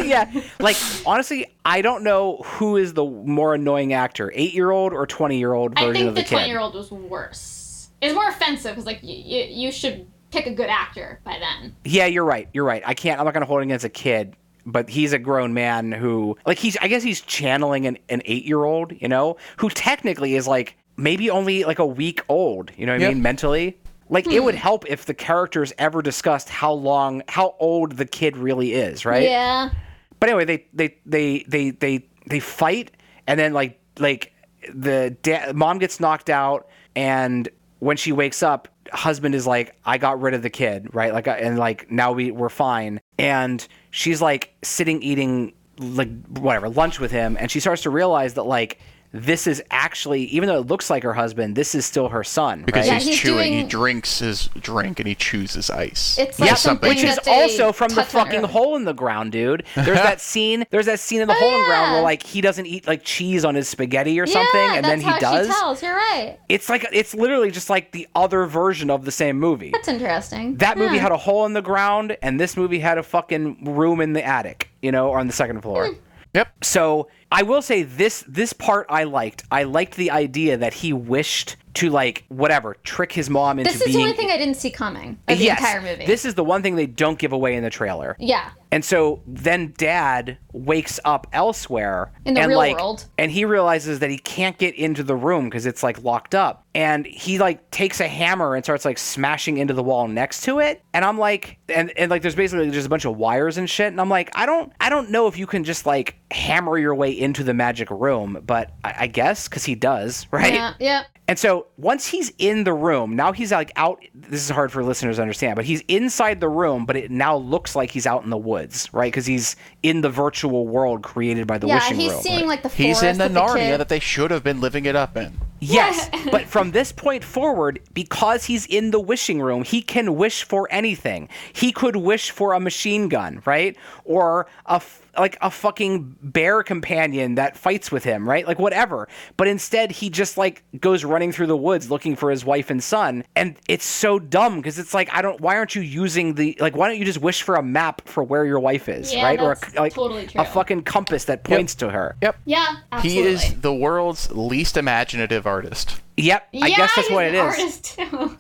S4: yeah. Like honestly, I don't know who is the more annoying actor, eight year old or twenty year old version
S3: I think
S4: of
S3: the
S4: the,
S3: twenty
S4: kid.
S3: year old was worse. It's more offensive because like you, you you should pick a good actor by then.
S4: Yeah, you're right. You're right. I can't. I'm not gonna hold it against a kid. But he's a grown man who, like, he's. I guess he's channeling an, an eight year old, you know, who technically is like maybe only like a week old. You know what I
S2: Yep.
S4: mean? Mentally. Like it would help if the characters ever discussed how long, how old the kid really is, right?
S3: Yeah.
S4: But anyway, they they they they they they fight, and then like like the da- mom gets knocked out, and when she wakes up, husband is like, "I got rid of the kid, right? Like, I- and like now we we're fine." And she's like sitting eating like whatever lunch with him, and she starts to realize that like this is actually even though it looks like her husband, this is still her son,
S2: Because
S4: right?
S3: Yeah,
S2: he's,
S3: he's
S2: chewing, he
S3: doing-
S2: drinks his drink, and he chews his ice.
S3: It's like
S2: It's something.
S3: something
S2: Which
S4: Which
S3: that
S4: is
S3: they
S4: also from the
S3: touch on
S4: fucking
S3: earlier.
S4: hole in the ground, dude. There's that scene. There's that scene in the hole in the ground
S3: Oh,
S4: where
S3: yeah.
S4: like he doesn't eat like cheese on his spaghetti or something,
S3: yeah,
S4: and
S3: that's
S4: then he
S3: how
S4: does.
S3: She tells. You're right.
S4: It's like it's literally just like the other version of the same movie.
S3: That's interesting.
S4: That movie
S3: Yeah.
S4: had a hole in the ground, and this movie had a fucking room in the attic, you know, or on the second floor.
S3: Mm.
S2: Yep.
S4: So I will say this this part I liked. I liked the idea that he wished to like whatever trick his mom into
S3: This is the
S4: being.
S3: only thing I didn't see coming of the
S4: yes,
S3: entire movie.
S4: This is the one thing they don't give away in the trailer.
S3: yeah.
S4: And so then dad wakes up elsewhere
S3: In the
S4: and
S3: real
S4: like
S3: world.
S4: and he realizes that he can't get into the room because it's like locked up. And he like takes a hammer and starts like smashing into the wall next to it. And I'm like, and, and like there's basically just a bunch of wires and shit. And I'm like, I don't, I don't know if you can just like hammer your way into the magic room, but I, I guess because he does, right?
S3: Yeah, yeah.
S4: And so once he's in the room, now he's like out. This is hard for listeners to understand, but he's inside the room, but it now looks like he's out in the woods, right? Because he's in the virtual world created by the
S3: Yeah,
S4: wishing
S3: he's
S4: room.
S3: seeing like the forest
S2: He's in the
S3: with the
S2: Narnia
S3: kid.
S2: that they should have been living it up in.
S4: Yes, but from this point forward, because he's in the wishing room, he can wish for anything. He could wish for a machine gun, right? Or a f- like a fucking bear companion that fights with him, right? Like whatever. But instead, he just like goes running through the woods looking for his wife and son, and it's so dumb because it's like I don't. Why aren't you using the like? Why don't you just wish for a map for where your wife is,
S3: Yeah,
S4: right? or a,
S3: that's
S4: c- like
S3: totally true.
S4: a fucking compass that points to her.
S2: Yep.
S3: yeah, absolutely.
S2: He is the world's least imaginative artist.
S4: Yep. I
S3: yeah,
S4: guess that's
S3: he's
S4: what
S3: an
S4: it is.
S3: Artist too.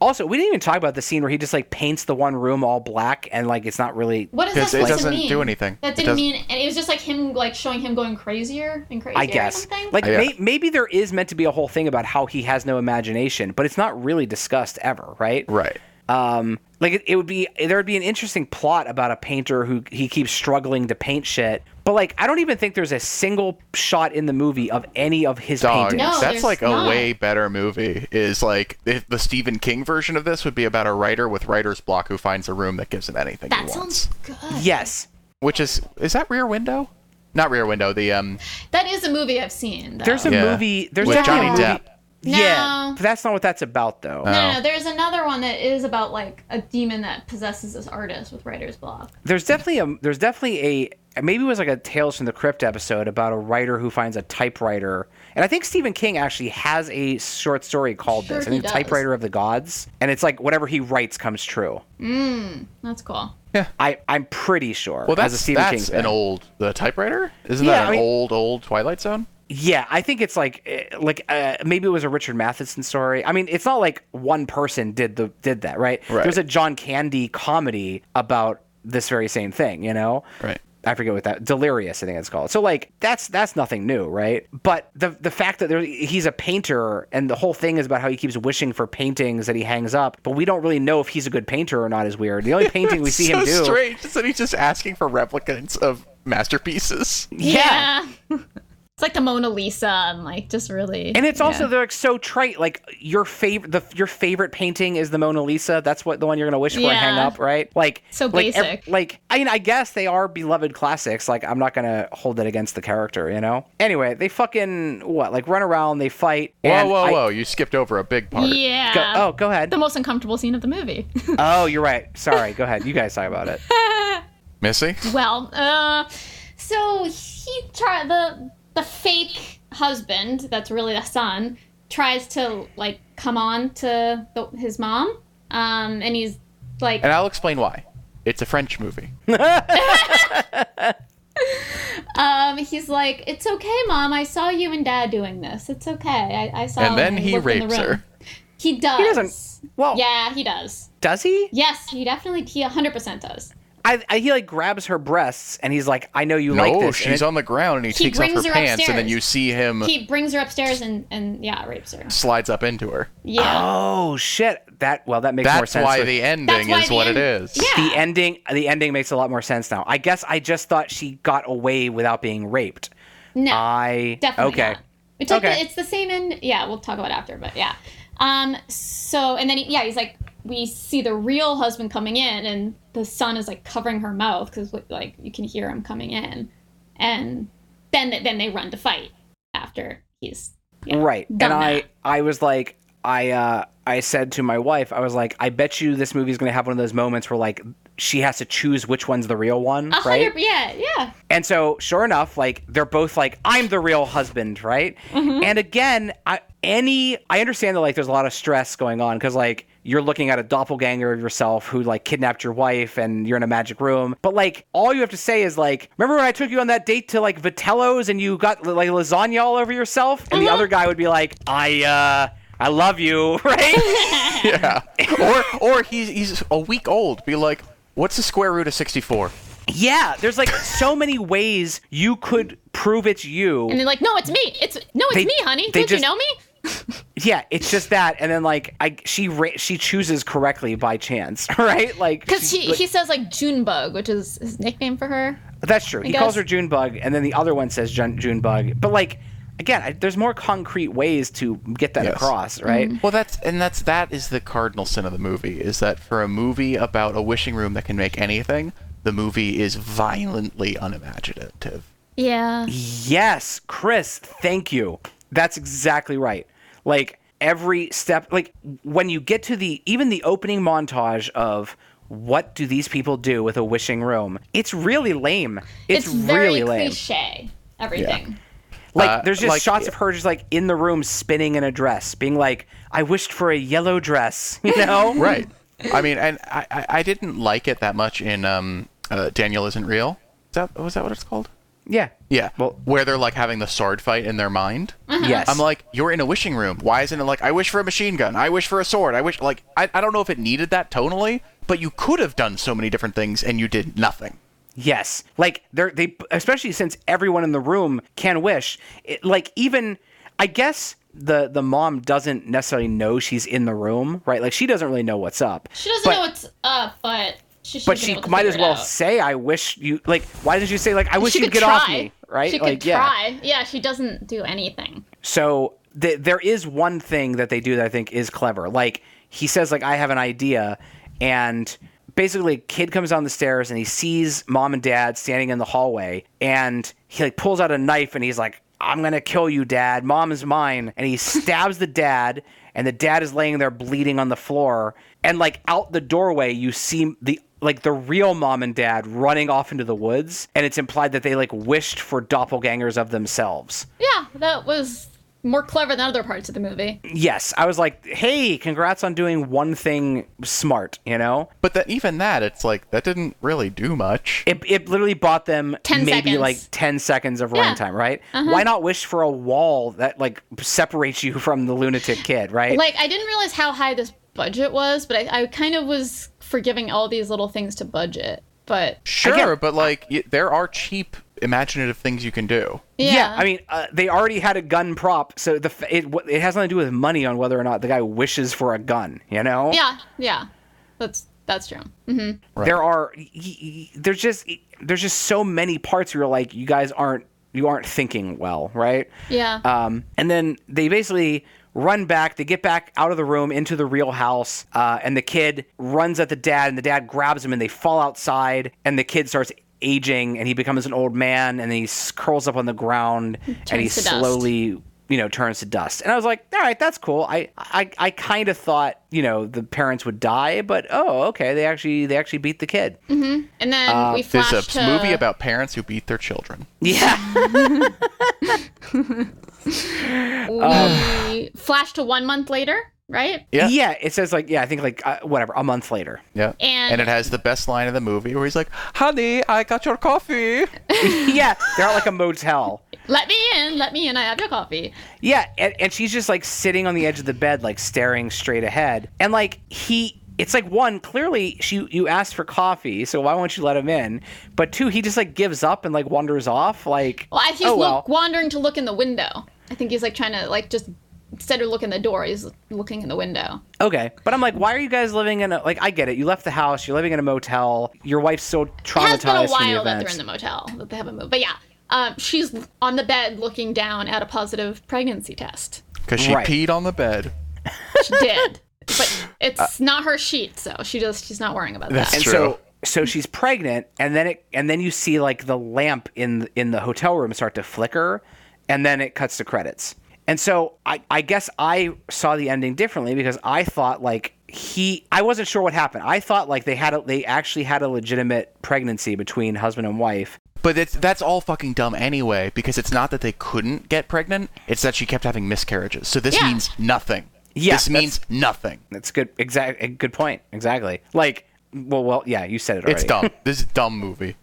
S4: Also, we didn't even talk about the scene where he just like paints the one room all black and like it's not really.
S3: What is that
S2: Because it
S3: supposed to
S2: doesn't
S3: mean?
S2: do anything. It
S3: That
S2: doesn't-
S3: didn't mean, and it was just like him, like showing him going crazier and crazier.
S4: I guess.
S3: Or something.
S4: Like
S2: Oh, Yeah.
S4: may- maybe there is meant to be a whole thing about how he has no imagination, but it's not really discussed ever, right?
S2: Right.
S4: Um, like it, it would be there would be an interesting plot about a painter who he keeps struggling to paint shit, but like I don't even think there's a single shot in the movie of any of his
S2: Dog,
S4: paintings.
S3: No,
S2: that's
S3: there's
S2: like a
S3: not.
S2: way better movie. Is like if the Stephen King version of this would be about a writer with writer's block who finds a room that gives him anything
S3: that
S2: he wants.
S3: sounds good.
S4: Yes.
S2: Which is is that Rear Window? Not Rear Window. The um.
S3: That is a movie I've seen. Though.
S4: There's a
S2: Yeah.
S4: movie. There's
S2: With
S4: definitely
S2: Johnny
S4: a movie.
S2: Depp.
S4: Yeah,
S3: No.
S4: but that's not what that's about though.
S3: no, no, no, there's another one that is about like a demon that possesses this artist with writer's block.
S4: There's definitely a there's definitely a maybe it was like a Tales from the Crypt episode about a writer who finds a typewriter. And I think Stephen King actually has a short story called
S3: Sure
S4: this. I
S3: he
S4: think
S3: does.
S4: Typewriter of the Gods. And it's like whatever he writes comes true.
S3: That's cool.
S4: I, I'm pretty sure.
S2: Well,
S4: as a
S2: that's
S4: Stephen King
S2: that's
S4: fan.
S2: an old the typewriter. Isn't
S4: Yeah,
S2: that an
S4: I mean-
S2: old old Twilight Zone?
S4: Yeah, I think it's like eh, like uh, maybe it was a Richard Matheson story. I mean, it's not like one person did the did that, right?
S2: Right.
S4: There's a John Candy comedy about this very same thing, you know?
S2: Right.
S4: I forget what that delirious I think it's called. So like that's that's nothing new, right? But the the fact that there, he's a painter and the whole thing is about how he keeps wishing for paintings that he hangs up, but we don't really know if he's a good painter or not is weird. The only painting we see
S2: so
S4: him do
S2: strange is that he's just asking for replicants of masterpieces.
S4: yeah.
S3: it's like the Mona Lisa and like just really.
S4: And it's also they're, like so trite. Like your favorite, the your favorite painting is the Mona Lisa. That's what the one you're gonna wish for and hang
S3: Yeah.
S4: up, right? Like
S3: So
S4: like, ev-
S3: basic.
S4: like I mean, I guess they are beloved classics. Like I'm not gonna hold it against the character, you know. Anyway, they fucking what? Like run around, they fight.
S2: Whoa,
S4: and
S2: whoa,
S4: I-
S2: whoa! You skipped over a big part.
S3: yeah.
S4: Go, oh, go ahead.
S3: The most uncomfortable scene of the movie.
S4: Oh, you're right. Sorry. Go ahead. You guys talk about it.
S2: Missy.
S3: well, uh, so he try the the fake husband that's really the son tries to like come on to the, his mom, um, and he's like,
S2: And I'll explain why. It's a French movie.
S3: um, he's like, it's okay, mom. I saw you and dad doing this. It's okay. I, I saw.
S2: And then
S3: him
S2: he
S3: look in the
S2: rapes
S3: room."
S2: her.
S3: He does.
S4: He doesn't. Well,
S3: Yeah, he does.
S4: does he?
S3: Yes, he definitely. He 100% does.
S4: I, I he like grabs her breasts and he's like, "I know you like
S2: no,
S4: this." and
S2: she's
S4: it-
S2: on the ground and he,
S3: He
S2: takes off her,
S3: brings her
S2: pants, and then
S3: upstairs.
S2: you see him
S3: He brings her upstairs and and yeah, rapes her.
S2: slides up into her.
S3: Yeah.
S2: Uh,
S4: Oh shit! That well, that makes more
S2: That's
S4: sense.
S2: why
S4: with-
S2: the ending
S3: why
S2: is
S3: the
S2: what it
S3: end-
S2: is.
S3: yeah.
S4: the ending the ending makes a lot more sense now. I guess I just thought she got away without being raped.
S3: no.
S4: I
S3: Definitely.
S4: okay.
S3: Not. It's like
S4: Okay.
S3: the, it's the same in yeah, we'll talk about it after, but yeah. Um so and then he, yeah, he's like we see the real husband coming in and the son is like covering her mouth cuz like you can hear him coming in. And then then they run to fight after he's yeah,
S4: Right.
S3: done
S4: and I
S3: that.
S4: I was like I uh I said to my wife, I was like, I bet you this movie's gonna have one of those moments where like she has to choose which one's the real one,
S3: A
S4: right?
S3: hundred- Yeah, yeah.
S4: And so, sure enough, like they're both like, "I'm the real husband," right? And again, I, any I understand that like there's a lot of stress going on because like you're looking at a doppelganger of yourself who like kidnapped your wife and you're in a magic room. But like all you have to say is like, "Remember when I took you on that date to like Vitello's and you got like lasagna all over yourself?" And the other guy would be like, "I uh." I love you, right?
S2: Yeah. or or he's he's a week old. Be like, What's the square root of 64?
S4: Yeah, there's like so many ways you could prove it's you.
S3: And they're like, no, it's me. It's no, it's
S4: They-
S3: me, honey.
S4: they
S3: Don't
S4: just-
S3: you know me?
S4: Yeah, it's just that, and then like I she ra- she chooses correctly by chance, right? Like
S3: Because
S4: she-
S3: he,
S4: like-
S3: he says like Junebug, which is his nickname for her.
S4: that's true. He
S3: guess-
S4: calls her Junebug, and then the other one says Jun- Junebug. But like again, I, there's more concrete ways to get that
S2: Yes.
S4: across, right?
S3: Mm-hmm.
S2: Well, that's and that's that is the cardinal sin of the movie is that for a movie about a wishing room that can make anything, the movie is violently unimaginative.
S3: Yeah.
S4: Yes, Chris, thank you. That's exactly right. Like every step, like when you get to the even the opening montage of what do these people do with a wishing room? It's really lame. It's,
S3: It's, very
S4: really lame.
S3: cliche. Everything.
S4: Like
S2: Uh,
S4: there's just
S2: like-
S4: shots of her just like in the room spinning in a dress, being like, "I wished for a yellow dress," you know?
S2: Right. I mean, and I, I, I didn't like it that much in um, uh, Daniel isn't real. Is that was that what it's called?
S4: Yeah.
S2: Yeah.
S4: Well- Mm-hmm.
S2: where they're like having the sword fight in their mind.
S4: Yes.
S2: I'm like, you're in a wishing room. Why isn't it like, I wish for a machine gun. I wish for a sword. I wish, like, I, I don't know if it needed that tonally, but you could have done so many different things and you did nothing.
S4: Yes, like they're they especially since everyone in the room can wish. It, like even I guess the the mom doesn't necessarily know she's in the room, right? Like she doesn't really know what's up.
S3: She doesn't know what's up, but she should
S4: But she might as well say, "I wish you." Like, why didn't you say, "Like, I wish you'd get off me," right?
S3: She could
S4: like, yeah.
S3: try. Yeah. she doesn't do anything.
S4: So th- there is one thing that they do that I think is clever. Like he says, like I have an idea, and basically a kid comes down the stairs and he sees mom and dad standing in the hallway, and he like pulls out a knife and he's like, "I'm gonna kill you, dad. Mom is mine," and he stabs the dad. And the dad is laying there bleeding on the floor. And like out the doorway, you see the like the real mom and dad running off into the woods. And it's implied that they like wished for doppelgangers of themselves.
S3: Yeah, that was more clever than other parts of the movie.
S4: Yes, I was like, "Hey, congrats on doing one thing smart," you know?
S2: But that even that, it's like, that didn't really do much.
S4: It, it literally bought them
S3: 10
S4: maybe
S3: seconds. Uh-huh.
S4: like 10 seconds of runtime, right? Why not wish for a wall that like separates you from the lunatic kid, right?
S3: Like I didn't realize how high this budget was, but I, I kind of was forgiving all these little things to budget. But
S2: Sure,
S4: Again-
S2: but like, y- there are cheap, imaginative things you can do.
S3: yeah,
S4: I mean, uh, they already had a gun prop, so the f- it w- it has nothing to do with money on whether or not the guy wishes for a gun, you know?
S3: yeah, yeah, that's that's true.
S4: There are y- y- y- there's just there's just so many parts where you're like, you guys aren't you aren't thinking well, right?
S3: Yeah,
S4: Um, and then they basically run back. They get back out of the room into the real house, uh, and the kid runs at the dad, and the dad grabs him, and they fall outside, and the kid starts aging, and he becomes an old man, and he s- curls up on the ground, and he
S3: turns to dust.
S4: slowly. You know, turns to dust, and I was like, "All right, that's cool." I, I, I kind of thought, you know, the parents would die, but oh, okay, they actually, they actually beat the kid.
S3: and then
S4: uh,
S3: we flash
S2: There's a
S3: to
S2: movie about parents who beat their children.
S4: Yeah, um,
S3: we flash to one month later, right?
S2: Yeah.
S4: yeah. It says like, yeah, I think like uh, whatever, a month later.
S2: Yeah.
S3: And-
S2: it has the best line of the movie where he's like, honey, I got your coffee.
S4: yeah, they're at like a motel.
S3: Let me in, let me in. I have your coffee.
S4: Yeah, and, and she's just like sitting on the edge of the bed, like staring straight ahead. And like he, it's like one, clearly she, you asked for coffee, so why won't you let him in? But two, he just like gives up and like wanders off. Like,
S3: Well, I- he's
S4: oh well,
S3: look, wandering to look in the window. I think he's like trying to like just instead of look in the door, he's looking in the window.
S4: okay. But I'm like, why are you guys living in a like? I get it. You left the house. You're living in a motel. Your wife's so
S3: It has
S4: traumatized
S3: been a
S4: from the
S3: while that they're
S4: events.
S3: in the motel that they haven't moved. But yeah, um, she's on the bed looking down at a positive pregnancy test.
S2: Because she
S4: Right.
S2: peed on the bed.
S3: She did, but it's
S4: Uh,
S3: not her sheet, so she just she's not worrying about that.
S4: and
S2: True.
S4: so so she's pregnant and then it and then you see like the lamp in in the hotel room start to flicker and then it cuts to credits and so i i guess i saw the ending differently because i thought like he i wasn't sure what happened i thought like they had a they actually had a legitimate pregnancy between husband and wife
S2: But it's, that's all fucking dumb anyway, because it's not that they couldn't get pregnant, it's that she kept having miscarriages. So this
S3: Yeah.
S2: means nothing.
S4: Yeah,
S2: this
S4: that's-
S2: means nothing.
S4: that's good exact good point exactly like well well yeah you said it already
S2: It's dumb. this is a dumb movie.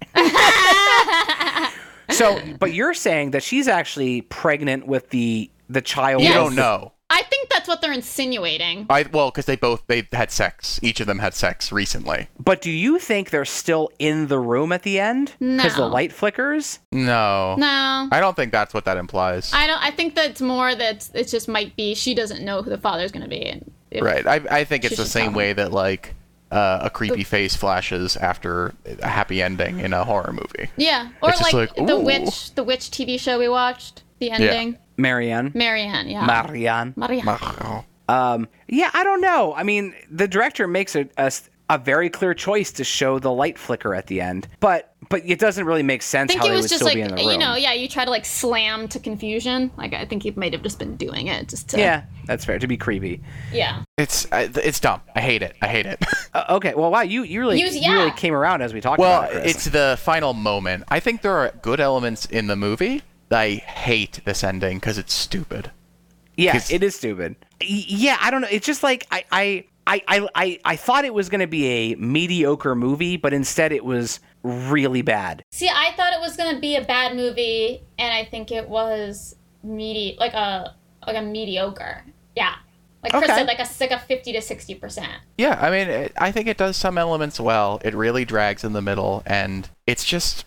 S4: so but you're saying that she's actually pregnant with the the child
S2: You
S3: Yes.
S4: of
S2: don't
S4: the-
S2: know.
S3: I think that's
S5: what they're insinuating.
S2: I well, because they both they had sex. Each of them had sex recently.
S4: But do you think they're still in the room at the end? Because
S5: No.
S4: the light flickers?
S2: No.
S5: No.
S2: I don't think that's what that implies.
S5: I don't. I think that's more that it just might be she doesn't know who the father's going to be. And if-
S2: right. I I think it's
S5: She
S2: the
S5: should
S2: same
S5: tell
S2: way that like uh, a creepy face flashes after a happy ending in a horror movie.
S5: Yeah. Or
S2: It's just
S5: like,
S2: like,
S5: the
S2: ooh.
S5: witch, the witch TV show we watched, the ending.
S4: Marianne?
S5: Marianne. Yeah.
S4: Marianne.
S5: Marianne.
S4: Um, yeah, I don't know. I mean, the director makes a, a s- a very clear choice to show the light flicker at the end, but but it doesn't really make sense
S5: I think
S4: how
S5: it
S4: they
S5: was
S4: would
S5: just
S4: still
S5: like
S4: be in the room.
S5: you know, yeah. You try to like slam to confusion. Like I think he might have just been doing it just to.
S4: yeah, that's fair. To be creepy.
S3: Yeah.
S2: It's I- it's dumb. I hate it. I hate it.
S4: Uh, okay. Well, wow. You you really
S3: Use-
S4: you really
S3: yeah.
S4: came around as we talked
S2: well,
S4: about it. Chris.
S2: it's the final moment. I think there are good elements in the movie. I hate this ending because it's stupid.
S4: yeah,
S2: 'cause-
S4: it is stupid. Y- Yeah, I don't know. It's just like I I I I I, I thought it was going to be a mediocre movie, but instead it was really bad.
S3: See, I thought it was gonna be a bad movie, and I think it was medi like a like a mediocre. Yeah, like Chris
S4: Okay.
S3: said, like a like a fifty to sixty percent.
S2: Yeah, I mean, it, I think it does some elements well. It really drags in the middle, and it's just,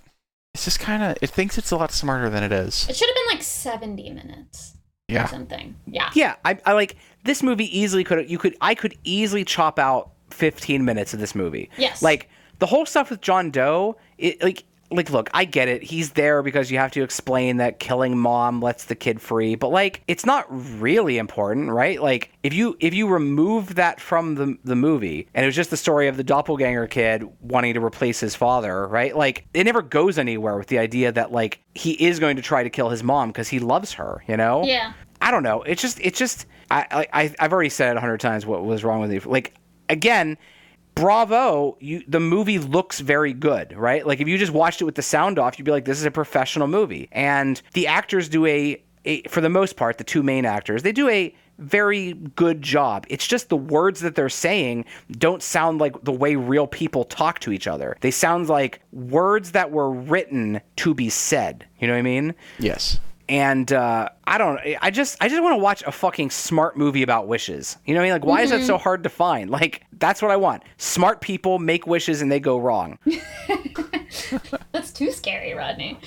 S2: it's just kind of, it thinks it's a lot smarter than it is.
S3: It should have been like seventy minutes or
S2: Yeah,
S3: something. Yeah.
S4: Yeah, I, I like this movie easily could you could I could easily chop out 15 minutes of this movie.
S3: Yes.
S4: Like the whole stuff with John Doe, it like like look, I get it. He's there because you have to explain that killing mom lets the kid free, but like it's not really important, right? Like if you if you remove that from the the movie and it was just the story of the doppelganger kid wanting to replace his father, right? Like it never goes anywhere with the idea that like he is going to try to kill his mom because he loves her, you know?
S3: Yeah.
S4: I don't know. It's just it's just I I I- I've already said it a hundred times what was wrong with you. Like again, bravo, you the movie looks very good, right? Like if you just watched it with the sound off, you'd be like, this is a professional movie. And the actors do a, a for the most part, the two main actors, they do a very good job. It's just the words that they're saying don't sound like the way real people talk to each other. They sound like words that were written to be said. You know what I mean?
S2: yes.
S4: and uh, I don't. I just I just want to watch a fucking smart movie about wishes. You know what I mean? Like, why is that so hard to find? Like, that's what I want. Smart people make wishes and they go wrong.
S3: That's too scary, Rodney.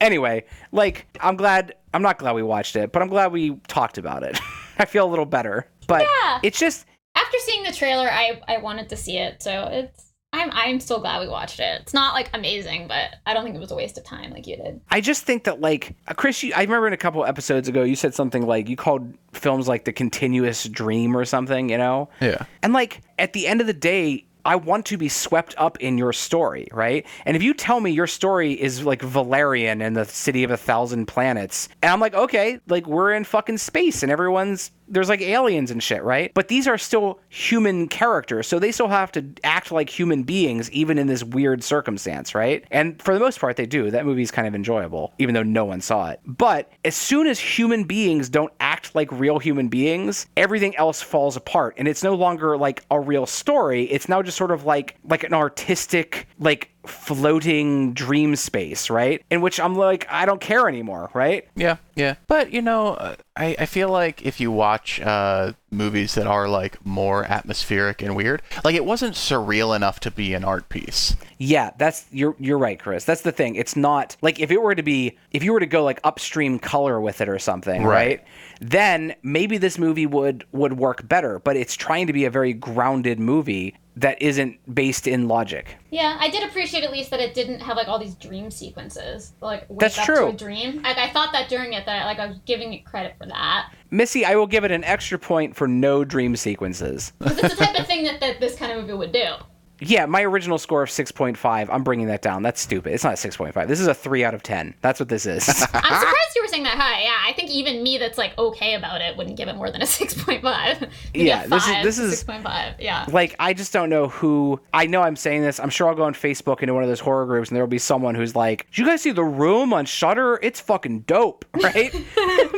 S4: anyway, like, I'm glad. I'm not glad we watched it, but I'm glad we talked about it. I feel a little better. But
S3: Yeah.
S4: it's just
S3: After seeing the trailer, I I wanted to see it, so it's I'm I'm still glad we watched it. It's not like amazing, but I don't think it was a waste of time like you did.
S4: I just think that like uh, Chris, you, I remember in a couple episodes ago you said something like you called films like the continuous dream or something, you know?
S2: Yeah.
S4: And like at the end of the day, I want to be swept up in your story, right? And if you tell me your story is like Valerian and the city of a thousand planets, and I'm like, okay, like we're in fucking space and everyone's there's like aliens and shit, right? But these are still human characters, so they still have to act like human beings even in this weird circumstance, right? And for the most part, they do. That movie's kind of enjoyable, even though no one saw it. But as soon as human beings don't act like real human beings, everything else falls apart, and it's no longer like a real story. It's now just sort of like like an artistic like floating dream space, right? In which I'm like, I don't care anymore, right?
S2: Yeah, yeah. But you know, uh, I I feel like if you watch uh movies that are like more atmospheric and weird, like it wasn't surreal enough to be an art piece.
S4: Yeah, that's you're you're right, Chris. That's the thing. It's not like if it were to be if you were to go like upstream color with it or something,
S2: Right.
S4: right? Then maybe this movie would would work better, but it's trying to be a very grounded movie that isn't based in logic.
S3: Yeah, I did appreciate at least that it didn't have like all these dream sequences. Like wake
S4: That's
S3: up to
S4: true.
S3: a dream. Like I thought that during it that I, like I was giving it credit for that.
S4: Missy, I will give it an extra point for no dream sequences.
S3: 'Cause It's the type of thing that, that this kind of movie would do.
S4: yeah, my original score of 6.5, I'm bringing that down. That's stupid. It's not 6.5. This is a 3 out of 10. That's what this is.
S3: I'm surprised you were saying that high. Yeah, I think even me that's like okay about it wouldn't give it more than a 6.5. Maybe
S4: Yeah,
S3: a
S4: this is-
S3: five,
S4: this is-
S3: 6.5. Yeah.
S4: like I just don't know who I know I'm saying this. I'm sure I'll go on Facebook into one of those horror groups and there'll be someone who's like, "Did you guys see the room on Shutter? It's fucking dope, right?"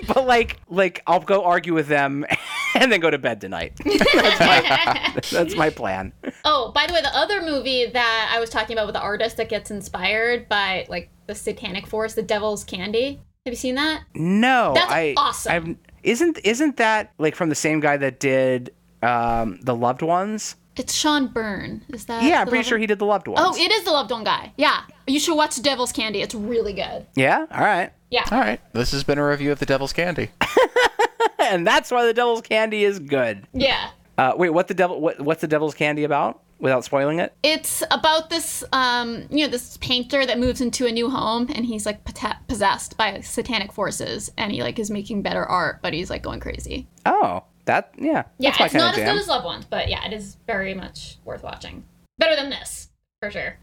S4: but like like I'll go argue with them and then go to bed tonight. That's my plan.
S3: Oh, by the way, the other movie that I was talking about with the artist that gets inspired by like the satanic force, the devil's candy. Have you seen that?
S4: No,
S3: That's
S4: I
S3: awesome.
S4: I've- Isn't isn't that like from the same guy that did um, the loved ones?
S3: It's Sean Byrne. Is that?
S4: Yeah, I'm
S3: the
S4: pretty
S3: loved
S4: sure
S3: one?
S4: he did the loved ones.
S3: Oh, it is the loved one guy. Yeah, you should watch Devil's Candy. It's really good.
S4: yeah. All right.
S3: Yeah.
S2: All right. This has been a review of The Devil's Candy.
S4: And that's why the devil's candy is good.
S3: Yeah.
S4: Uh, wait, what the devil? What, what's the devil's candy about? Without spoiling it.
S3: It's about this, um, you know, this painter that moves into a new home, and he's like pota- possessed by satanic forces, and he like is making better art, but he's like going crazy.
S4: Oh, that yeah.
S3: Yeah,
S4: that's my
S3: it's
S4: kinda
S3: not as
S4: jam.
S3: good as Loved Ones, but yeah, it is very much worth watching. Better than this, for sure.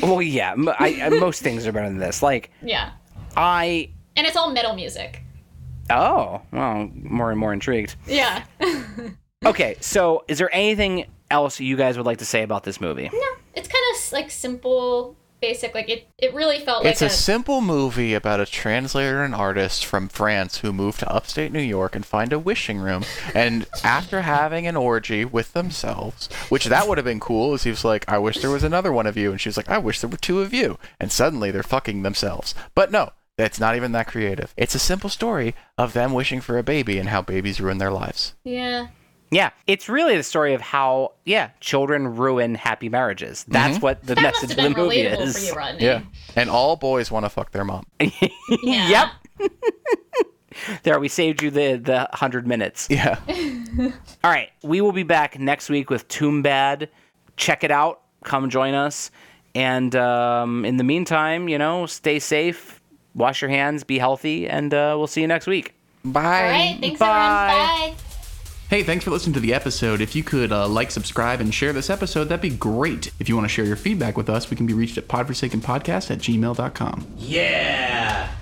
S4: Well, yeah. m I I most things are better than this. Like
S3: Yeah,
S4: I.
S3: and it's all metal music.
S4: Oh, well, more and more intrigued.
S3: Yeah.
S4: Okay, so is there anything else you guys would like to say about this movie?
S3: No, it's kind of like simple, basic. Like it, it really felt
S2: It's
S3: like
S2: a simple movie about a translator and artist from France who move to upstate New York and find a wishing room. And after having an orgy with themselves, which that would have been cool, is he was like, I wish there was another one of you. And she was like, I wish there were two of you. And suddenly they're fucking themselves. But no, that's not even that creative. It's a simple story of them wishing for a baby and how babies ruin their lives.
S3: yeah,
S4: Yeah, it's really the story of how yeah children ruin happy marriages. That's what the
S3: that must
S4: message
S3: have
S4: of the
S3: been
S4: movie
S3: relatable
S4: is.
S3: for you, Rodney.
S2: And all boys want to fuck their mom.
S3: Yeah.
S4: Yep. there, we saved you the the hundred minutes.
S2: Yeah.
S4: All right, we will be back next week with Toombad. Check it out. Come join us. And um, in the meantime, you know, stay safe, wash your hands, be healthy, and uh, we'll see you next week.
S2: Bye.
S3: All right. Thanks,
S4: Bye.
S3: everyone. Bye.
S6: Hey, thanks for listening to the episode. If you could uh, like, subscribe, and share this episode, that'd be great. If you want to share your feedback with us, we can be reached at podforsakenpodcast at gmail.com.
S1: Yeah!